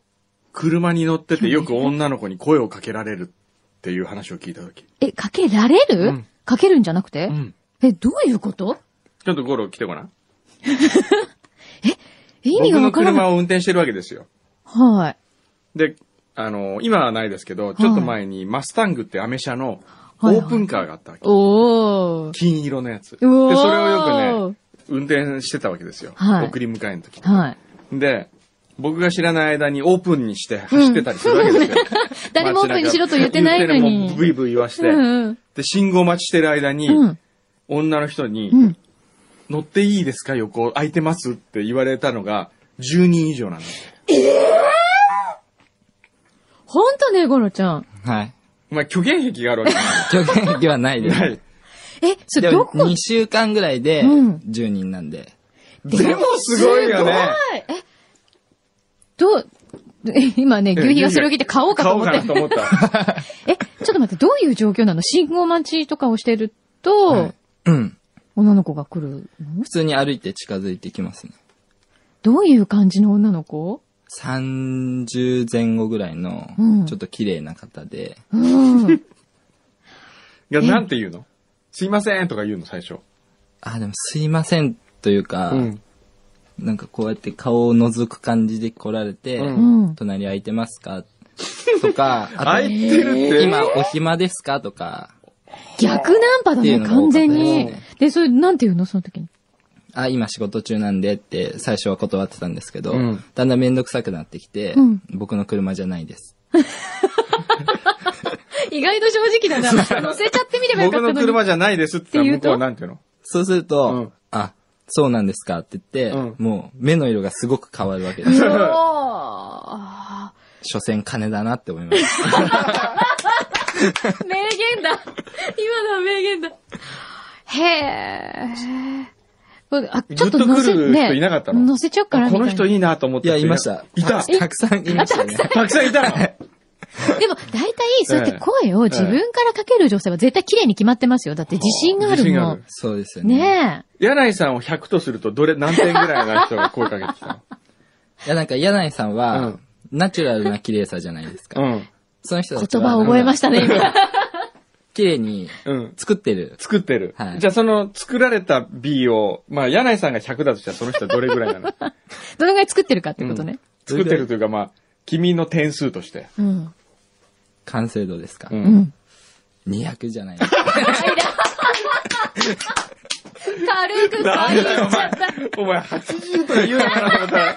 [SPEAKER 1] 車に乗っててよく女の子に声をかけられるっていう話を聞いたとき。
[SPEAKER 2] え、かけられる、
[SPEAKER 1] うん
[SPEAKER 2] かけるんじゃなくて、
[SPEAKER 1] うん。
[SPEAKER 2] え、どういうこと
[SPEAKER 1] ちょっと五郎来てごらん。
[SPEAKER 2] え意味がわ
[SPEAKER 1] 僕
[SPEAKER 2] か
[SPEAKER 1] の
[SPEAKER 2] らない。
[SPEAKER 1] 車を運転してるわけですよ。
[SPEAKER 2] はい。
[SPEAKER 1] で、あの、今はないですけど、ちょっと前にマスタングってアメ車のオ
[SPEAKER 2] はい
[SPEAKER 1] ープンカーがあったわけ。
[SPEAKER 2] おー。
[SPEAKER 1] 金色のやつ。で、それ
[SPEAKER 2] うおー
[SPEAKER 1] をよくね、運転してたわけですよ。
[SPEAKER 2] はい
[SPEAKER 1] 送り迎えの時
[SPEAKER 2] はい。
[SPEAKER 1] で、僕が知らない間にオープンにして走ってたりするわけですよ。
[SPEAKER 2] 誰もオープンにしろと言ってないの
[SPEAKER 1] 言ってるもうブイ
[SPEAKER 2] に。
[SPEAKER 1] ブイ言わして、
[SPEAKER 2] うん。
[SPEAKER 1] で、信号待ちしてる間に、
[SPEAKER 2] うん。
[SPEAKER 1] 女の人に、
[SPEAKER 2] うん。
[SPEAKER 1] 乗っていいですか横、空いてますって言われたのが、10人以上なんですよ。
[SPEAKER 2] ほんとね、ゴロちゃん。
[SPEAKER 3] はい。
[SPEAKER 1] お前、虚言癖があるわけじゃな
[SPEAKER 3] 虚言癖はないで
[SPEAKER 1] い。
[SPEAKER 3] す。
[SPEAKER 2] え、それ
[SPEAKER 3] で
[SPEAKER 2] ど
[SPEAKER 3] も、
[SPEAKER 2] こ
[SPEAKER 3] 2週間ぐらいで、
[SPEAKER 2] うん
[SPEAKER 3] 10人なんで。
[SPEAKER 1] でも、すごいよね。
[SPEAKER 2] すごいえ、どう、え今ね、牛皮がそれを聞いて買おうかと思った
[SPEAKER 1] 買おうかなと思っ た。
[SPEAKER 2] え、ちょっと待って、どういう状況なの信号待ちとかをしてると、
[SPEAKER 3] うん。
[SPEAKER 2] 女の子が来るの
[SPEAKER 3] 普通に歩いて近づいてきますね。
[SPEAKER 2] どういう感じの女の子
[SPEAKER 3] 30前後ぐらいの
[SPEAKER 2] うん、
[SPEAKER 3] ちょっと綺麗な方で、
[SPEAKER 2] うん。
[SPEAKER 1] いや、なんて言うのすいませんとか言うの、最初。
[SPEAKER 3] あ、でもすいませんというか、
[SPEAKER 1] うん。
[SPEAKER 3] なんかこうやって顔を覗く感じで来られて、
[SPEAKER 1] う
[SPEAKER 2] うん。
[SPEAKER 3] 隣空いてますかと か、あ
[SPEAKER 1] 空
[SPEAKER 3] と
[SPEAKER 1] い、てるって。
[SPEAKER 3] 今お暇ですかとか、
[SPEAKER 2] 逆ナンパだ
[SPEAKER 3] ってい
[SPEAKER 2] ね、
[SPEAKER 3] うのが多
[SPEAKER 2] 完
[SPEAKER 3] かったです
[SPEAKER 2] 全
[SPEAKER 3] ね
[SPEAKER 2] に。で、それ、なんて言うのその時に。
[SPEAKER 3] あ、今仕事中なんでって最初は断ってたんですけど、
[SPEAKER 1] うん
[SPEAKER 3] だんだんめんどくさくなってきて、
[SPEAKER 2] うん
[SPEAKER 3] 僕の車じゃないです
[SPEAKER 2] 意外と正直だな。乗せちゃってみればよか
[SPEAKER 1] 僕
[SPEAKER 2] ったの
[SPEAKER 1] の
[SPEAKER 2] に。
[SPEAKER 1] 車じゃないですって言ったら向こうはなんていうの
[SPEAKER 3] そうすると、
[SPEAKER 1] うん
[SPEAKER 3] あ、そうなんですかって言って、
[SPEAKER 1] うんも
[SPEAKER 3] もう目の色がすごく変わるわけで
[SPEAKER 2] う
[SPEAKER 3] す。
[SPEAKER 2] わ
[SPEAKER 3] 所詮金だなって思います。
[SPEAKER 2] ー名言だ今のは名言だへー。あ、ちょっと乗せ、
[SPEAKER 1] ずっと来る人いなかったの
[SPEAKER 2] ね乗せちゃうからみた
[SPEAKER 1] こ
[SPEAKER 2] いな
[SPEAKER 1] の人いいなと思っ
[SPEAKER 3] い
[SPEAKER 1] て
[SPEAKER 3] や、いました。
[SPEAKER 1] いた。
[SPEAKER 3] たくさんいましたね。
[SPEAKER 1] たくさんいた の
[SPEAKER 2] でも、大体、そうやって声を自分からかける女性は絶対綺麗に決まってますよ。だって自信がある
[SPEAKER 1] 自信が
[SPEAKER 2] も
[SPEAKER 1] あ
[SPEAKER 2] ん
[SPEAKER 1] る。
[SPEAKER 3] そうですよね。
[SPEAKER 2] ね
[SPEAKER 1] 柳井さんを100とすると、どれ、何点ぐらいの人が声かけてきた
[SPEAKER 3] いや、なんか、柳井さんは、
[SPEAKER 1] うん
[SPEAKER 3] ナチュラルな綺麗さじゃないですか。
[SPEAKER 1] のうん。
[SPEAKER 3] その人
[SPEAKER 2] え。
[SPEAKER 3] たち
[SPEAKER 2] 言
[SPEAKER 3] は
[SPEAKER 2] 葉を覚えましたね、今。
[SPEAKER 3] 綺麗に
[SPEAKER 1] うん。
[SPEAKER 3] 作ってる。
[SPEAKER 1] 作ってる。
[SPEAKER 3] はい
[SPEAKER 1] じゃあその作られた B を、まあ柳井さんが100だとしたらその人はどれぐらいなの
[SPEAKER 2] どのぐらい作ってるかってことね。
[SPEAKER 1] 作ってるというかまあ、君の点数として。
[SPEAKER 2] うん。
[SPEAKER 3] 完成度ですか。
[SPEAKER 1] う。
[SPEAKER 2] うんん。
[SPEAKER 3] 200じゃないですか。
[SPEAKER 2] 軽く
[SPEAKER 1] な
[SPEAKER 2] か
[SPEAKER 1] ん
[SPEAKER 2] 言っ
[SPEAKER 1] だよ
[SPEAKER 2] ちゃった。
[SPEAKER 1] お前80とか言うのかなと思ったら、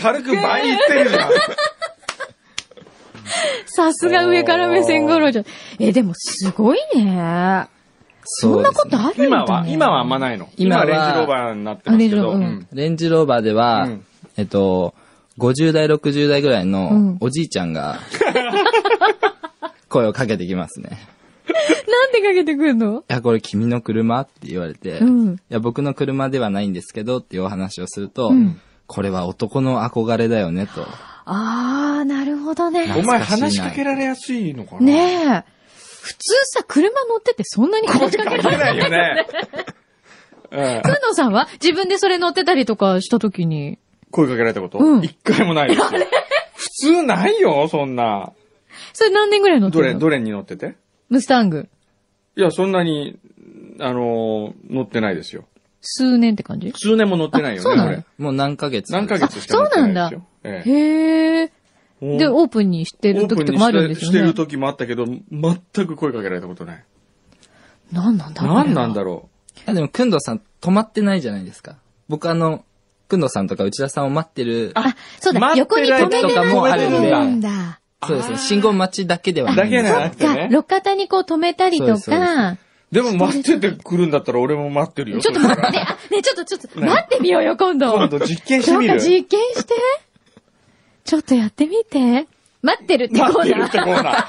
[SPEAKER 1] 軽く倍いってるじゃん。
[SPEAKER 2] さすが上から目線五郎じゃん。え、でもすごいね。そんなこと
[SPEAKER 3] そうですね
[SPEAKER 2] あるんだ、ね、
[SPEAKER 1] 今は、今はあんまないの。今はレ
[SPEAKER 3] 今は
[SPEAKER 1] ンジローバーになってますけど。
[SPEAKER 2] あレンジローバーうん
[SPEAKER 1] うん
[SPEAKER 3] レンジローバーでは、
[SPEAKER 1] うん
[SPEAKER 3] えっと、50代、60代ぐらい
[SPEAKER 2] うん
[SPEAKER 3] のおじいちゃんが、声をかけてきますね。
[SPEAKER 2] なんでかけてくるの
[SPEAKER 3] いや、これ君の車って言われて、
[SPEAKER 2] うん
[SPEAKER 3] いや、僕の車ではないんですけどっていうお話をすると、
[SPEAKER 2] うん
[SPEAKER 3] これは男の憧れだよねと。
[SPEAKER 2] あー、なるほどね。
[SPEAKER 1] お前話しかけられやすいのかな
[SPEAKER 2] ねえ。普通さ、車乗っててそんなに話しかけら
[SPEAKER 1] かけ
[SPEAKER 2] れな。
[SPEAKER 1] ないいよね。うん
[SPEAKER 2] くのさんは自分でそれ乗ってたりとかした時に。
[SPEAKER 1] 声かけられたこと
[SPEAKER 2] うん
[SPEAKER 1] 一回もないですよ。普通ないよ、そんな。
[SPEAKER 2] それ何年ぐらい乗って
[SPEAKER 1] ど
[SPEAKER 2] る
[SPEAKER 1] れ、
[SPEAKER 2] の
[SPEAKER 1] どれに乗ってて
[SPEAKER 2] ムスタング。
[SPEAKER 1] いや、そんなに、あのー乗ってないですよ。
[SPEAKER 2] 数年って感じ
[SPEAKER 1] 数年も乗ってないよね、
[SPEAKER 2] あそうなの
[SPEAKER 1] 俺
[SPEAKER 3] もう何ヶ月
[SPEAKER 1] 何ヶ月しか乗ってないですよ。ええ
[SPEAKER 2] へえ。
[SPEAKER 1] お
[SPEAKER 2] で、オープンにして
[SPEAKER 1] オ
[SPEAKER 2] る
[SPEAKER 1] ープ
[SPEAKER 2] 時
[SPEAKER 1] ン
[SPEAKER 2] と
[SPEAKER 1] に
[SPEAKER 2] かもあ
[SPEAKER 1] し
[SPEAKER 2] るん
[SPEAKER 1] て
[SPEAKER 2] です
[SPEAKER 1] し
[SPEAKER 2] よ
[SPEAKER 1] てる
[SPEAKER 2] ね。
[SPEAKER 1] 時もあったけど、全く声かけられたことない。
[SPEAKER 2] 何なんだろうね
[SPEAKER 1] 何なんだろ
[SPEAKER 3] いや、でも、くんどさん止まってないじゃないですか。僕あの、くんどさんとか内田さんを待ってる、
[SPEAKER 2] あ、そうだ、
[SPEAKER 1] 待っ
[SPEAKER 2] 横
[SPEAKER 1] て
[SPEAKER 2] に
[SPEAKER 1] る
[SPEAKER 2] 止
[SPEAKER 1] 間
[SPEAKER 2] めて
[SPEAKER 3] とかもあるんで
[SPEAKER 2] ないんだ。
[SPEAKER 3] そうですね、信号待ちだけでは
[SPEAKER 1] う。
[SPEAKER 3] な
[SPEAKER 1] だ
[SPEAKER 3] いんで
[SPEAKER 1] け
[SPEAKER 3] す
[SPEAKER 1] じ
[SPEAKER 3] よ。
[SPEAKER 1] ゃなくて
[SPEAKER 2] が、
[SPEAKER 1] ね。
[SPEAKER 2] 路肩にこう止めたり
[SPEAKER 3] そ
[SPEAKER 2] と
[SPEAKER 3] うですそうで
[SPEAKER 2] か、
[SPEAKER 1] でも待ってて来るんだったら俺も待ってるよ。
[SPEAKER 2] ちょっと待って、あ、ね、ちょっとちょ っと、
[SPEAKER 1] ね
[SPEAKER 2] 待ってみようよ、今度。
[SPEAKER 1] 今度実験して
[SPEAKER 2] なん
[SPEAKER 1] み
[SPEAKER 2] か
[SPEAKER 1] る。
[SPEAKER 2] 実験して。ちょっとやってみて。待ってるってコ
[SPEAKER 1] 待って
[SPEAKER 2] ー
[SPEAKER 1] る
[SPEAKER 2] ナ
[SPEAKER 1] って
[SPEAKER 2] ー。
[SPEAKER 1] コー ナー。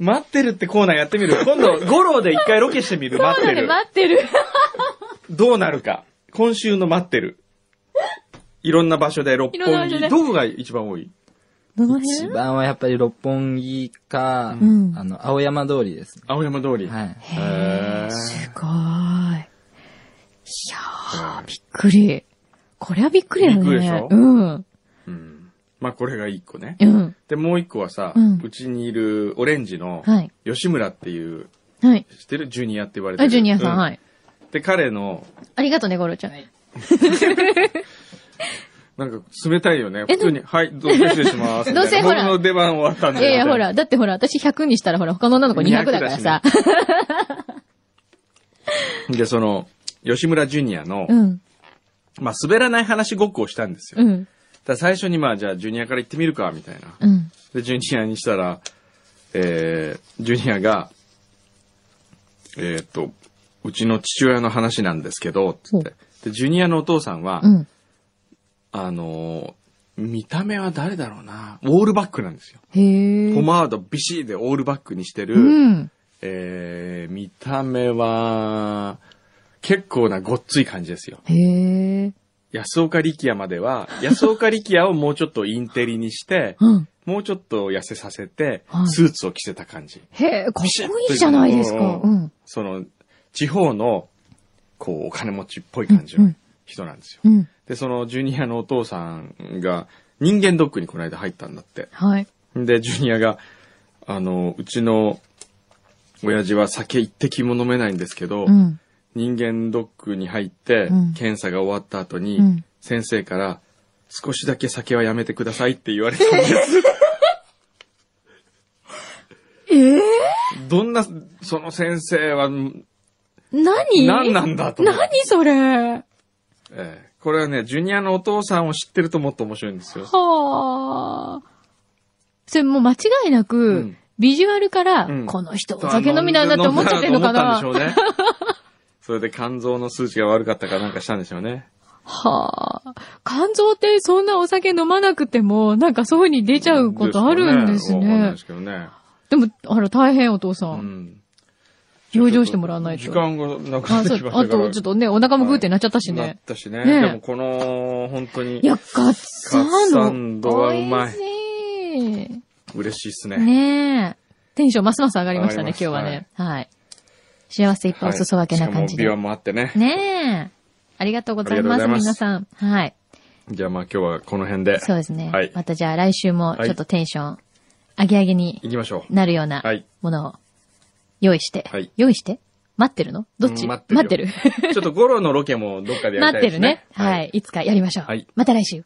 [SPEAKER 1] 待ってるってコーナーやってみる。今度、五郎で一回ロケしてみる。待
[SPEAKER 2] コ
[SPEAKER 1] って
[SPEAKER 2] ーナーで
[SPEAKER 1] る。
[SPEAKER 2] 待ってる。
[SPEAKER 1] どうなるか。今週の待ってる。いろんな場所で六
[SPEAKER 2] いろんな
[SPEAKER 1] 本
[SPEAKER 2] 場所
[SPEAKER 1] 木。
[SPEAKER 2] で
[SPEAKER 1] どこが一番多い
[SPEAKER 2] どの
[SPEAKER 3] 一
[SPEAKER 2] 辺
[SPEAKER 3] 番はやっぱり六本木か、
[SPEAKER 2] ん
[SPEAKER 3] あの、青山通りですね。
[SPEAKER 1] 青山通り。
[SPEAKER 3] はい。
[SPEAKER 1] へー
[SPEAKER 2] すごーい。いやー、びっくり。これはびっくりだね。
[SPEAKER 1] びっくりでしょ
[SPEAKER 2] うん。
[SPEAKER 1] うん。まあこれが一個ね。
[SPEAKER 2] うん。
[SPEAKER 1] で、もう一個はさ
[SPEAKER 2] うん、
[SPEAKER 1] うちにいるオレンジの
[SPEAKER 2] はい、
[SPEAKER 1] 吉村っていう、
[SPEAKER 2] はい。
[SPEAKER 1] 知ってるジュニアって言われて
[SPEAKER 2] あ、
[SPEAKER 1] る。
[SPEAKER 2] ジュニアさん、
[SPEAKER 1] う
[SPEAKER 2] はい。
[SPEAKER 1] で、彼の、
[SPEAKER 2] ありがとうね、ゴロちゃん。
[SPEAKER 1] なんか冷たいよね。
[SPEAKER 2] え
[SPEAKER 1] 普通に、はい、どうぞ失礼しますみたいな。
[SPEAKER 2] どうせほら
[SPEAKER 1] 僕の出番終わったん
[SPEAKER 2] い
[SPEAKER 1] で。
[SPEAKER 2] やいや、ほ
[SPEAKER 1] みたな
[SPEAKER 2] ら、だってほら、私100にしたらほら、他の女の子200だからさ。
[SPEAKER 1] で、その、吉村ジュニアの、
[SPEAKER 2] うん。
[SPEAKER 1] まあ、滑らない話ごっこをしたんですよ。
[SPEAKER 2] う
[SPEAKER 1] だか
[SPEAKER 2] ん。
[SPEAKER 1] ら最初に、まあ、じゃあ、ジュニアから行ってみるか、みたいな。
[SPEAKER 2] うん。
[SPEAKER 1] で、ジュニアにしたら、えー、ジュニアが、えーっと、うちの父親の話なんですけど、つって。で、ジュニアのお父さんは、
[SPEAKER 2] うん。
[SPEAKER 1] あのー見た目は誰だろうな。オールバックなんですよ。
[SPEAKER 2] へえ。
[SPEAKER 1] ポマードビシーでオールバックにしてる、
[SPEAKER 2] うん。
[SPEAKER 1] えー、見た目は、結構なごっつい感じですよ。
[SPEAKER 2] へえ。
[SPEAKER 1] 安岡力也まで は、安岡力也をもうちょっとインテリにして、
[SPEAKER 2] うん。
[SPEAKER 1] もうちょっと痩せさせて
[SPEAKER 2] は、い
[SPEAKER 1] スーツを着せた感じ。
[SPEAKER 2] へえ、かっこいいじゃないですか。うん。
[SPEAKER 1] その、地方の、こう、お金持ちっぽい感じ
[SPEAKER 2] うんう
[SPEAKER 1] の
[SPEAKER 2] ん
[SPEAKER 1] 人なんですよ。
[SPEAKER 2] うん。
[SPEAKER 1] で、その、ジュニアのお父さんが、人間ドックにこの間入ったんだって。
[SPEAKER 2] はい。
[SPEAKER 1] で、ジュニアが、あの、うちの、親父は酒一滴も飲めないんですけど、
[SPEAKER 2] うん。
[SPEAKER 1] 人間ドックに入って
[SPEAKER 2] うん、
[SPEAKER 1] 検査が終わった後に、
[SPEAKER 2] うん
[SPEAKER 1] 先生から、少しだけ酒はやめてくださいって言われたんです。
[SPEAKER 2] ええ
[SPEAKER 1] どんな、その先生は、ん
[SPEAKER 2] 何
[SPEAKER 1] 何なんだと思う
[SPEAKER 2] 何それ
[SPEAKER 1] ええこれはね、ジュニアのお父さんを知ってるともっと面白いんですよ。
[SPEAKER 2] はあ。それもう間違いなく、
[SPEAKER 1] うん
[SPEAKER 2] ビジュアルから、
[SPEAKER 1] うん
[SPEAKER 2] この人お 酒飲みなんだって思っちゃってんのかな。
[SPEAKER 1] 思ったんでしょうね。 それで肝臓の数値が悪かったかなんかしたんでしょうね。
[SPEAKER 2] はあ。肝臓ってそんなお酒飲まなくても、なんかそういう風に出ちゃうことあるんです
[SPEAKER 1] わかんない
[SPEAKER 2] ね
[SPEAKER 1] で。すけどね。
[SPEAKER 2] でも、あら、大変お父さ。
[SPEAKER 1] うんん。
[SPEAKER 2] 養生してもらわないと。
[SPEAKER 1] 時間がなくな
[SPEAKER 2] あ
[SPEAKER 1] って
[SPEAKER 2] そう
[SPEAKER 1] きましたから。
[SPEAKER 2] あと、ちょっとね、お腹もグーってなっちゃったし
[SPEAKER 1] なっ
[SPEAKER 2] ね。
[SPEAKER 1] たしね。
[SPEAKER 2] ねえ
[SPEAKER 1] でもこの、本当に
[SPEAKER 2] い、や、カッサンド。
[SPEAKER 1] カツサンドはうまい
[SPEAKER 2] 美味し
[SPEAKER 1] 嬉しいっす
[SPEAKER 2] い。
[SPEAKER 1] ね。
[SPEAKER 2] ねえ。テンションますます上がりましたね、
[SPEAKER 1] 上が
[SPEAKER 2] 今
[SPEAKER 1] りまし
[SPEAKER 2] 日
[SPEAKER 1] た
[SPEAKER 2] はね。はい。幸せいっぱいお裾分けな感
[SPEAKER 1] はいし
[SPEAKER 2] じで
[SPEAKER 1] か。も、ビワもあってね。
[SPEAKER 2] ねえ。ありがとうございます、
[SPEAKER 1] ありがとうござい
[SPEAKER 2] 皆
[SPEAKER 1] ます
[SPEAKER 2] さん。はい。
[SPEAKER 1] じゃあまあ今日はこの辺で、
[SPEAKER 2] そうですね。
[SPEAKER 1] はい
[SPEAKER 2] またじゃあ来週もちょっとテンション上げ上げに
[SPEAKER 1] 行きましょう。
[SPEAKER 2] なるような
[SPEAKER 1] はい
[SPEAKER 2] ものを用意して。
[SPEAKER 1] はい
[SPEAKER 2] 用意して待ってるのどっち、
[SPEAKER 1] うん待ってるよ
[SPEAKER 2] 待ってる。
[SPEAKER 1] ちょっとゴロのロケもどっかでやり
[SPEAKER 2] 待
[SPEAKER 1] た
[SPEAKER 2] っ
[SPEAKER 1] い
[SPEAKER 2] て
[SPEAKER 1] です
[SPEAKER 2] る
[SPEAKER 1] ね
[SPEAKER 2] ね。。はい。いつかやりましょう。
[SPEAKER 1] はい
[SPEAKER 2] また来週。